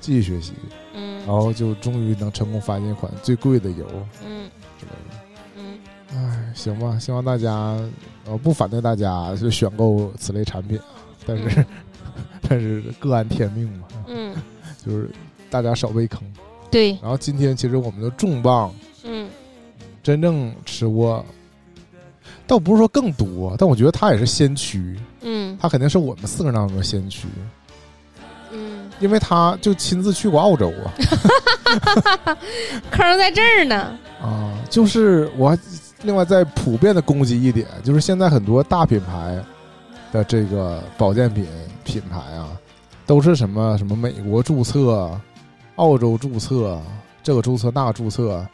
继续学习，然
嗯
后就终于能成功发现一款最贵的油
嗯
之类的。
嗯，
唉，行吧，希望大家，我不反对大家就选购此类产品，啊但是、 但是各安天命嘛，
嗯
就是大家少被坑。
对
然后今天其实我们的重磅
嗯
真正吃过，倒不是说更多，但我觉得他也是先驱，
嗯
他肯定是我们四个人当中的先驱，
嗯，
因为他就亲自去过澳洲啊
坑在这儿呢。
啊，就是我还另外再普遍的攻击一点，就是现在很多大品牌的这个保健品品牌啊，都是什么什么美国注册、澳洲注册、这个注册那个注册，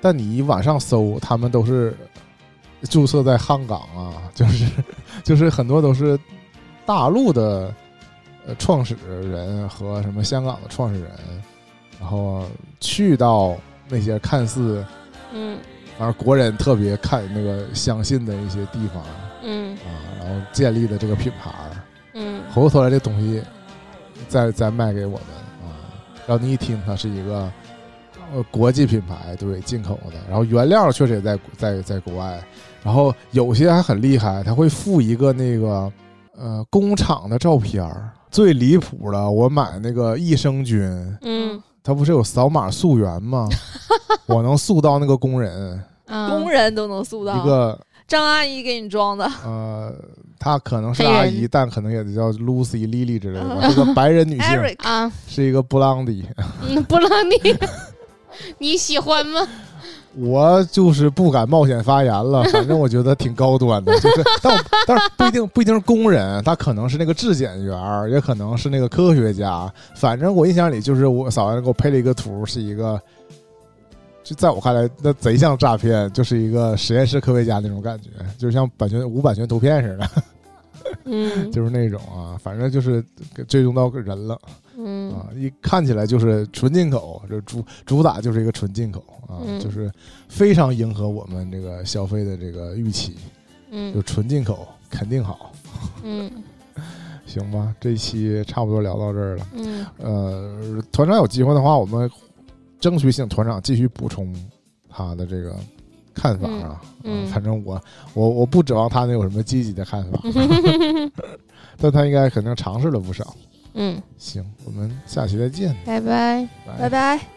但你一往上搜，他们都是注册在汉港啊，就是 就是很多都是大陆的呃创始人和什么香港的创始人，然后去到那些看似
嗯
而国人特别看那个相信的一些地方啊，
嗯
然后建立的这个品牌儿，
嗯
回过头来这东西再再卖给我们啊，然后你一听它是一个呃国际品牌，对，进口的，然后原料确实也在在在国外，然后有些还很厉害，它会附一个那个呃工厂的照片儿。最离谱了，我买那个益生菌，
嗯
它不是有扫码溯源吗？我能溯到那个工人，
啊
工人都能塑
一
造。
个
张阿姨给你装的，
呃，她可能是
黑人
阿姨，但可能也得叫 Lucy、Lily 之类的吧，
嗯
是个白 人女性，
Eric
啊，
是一个布朗迪。
嗯，布朗尼， 你喜欢吗？
我就是不敢冒险发言了， 反正我觉得挺高端的，就是，但我但是不一定不一定是工人，他可能是那个质检员儿，也可能是那个科学家，反正我印象里就是我嫂子给我配了一个图，是一个，就在我看来那贼像诈骗，就是一个实验室科学家那种感觉，就像版权无版权图片似的，
嗯
就是那种啊，反正就是给追踪到人了
嗯
啊，一看起来就是纯进口，这主主打就是一个纯进口啊，
嗯
就是非常迎合我们这个消费的这个预期，就
嗯
纯进口肯定好，
嗯
行吧？这一期差不多聊到这儿了。
嗯，
呃，团长有机会的话，我们争取请团长继续补充他的这个看法啊。
嗯嗯
反正我我我不指望他能有什么积极的看 法，但他应该肯定尝试了不少。
嗯，
行，我们下期再见，
拜拜。
拜
拜拜。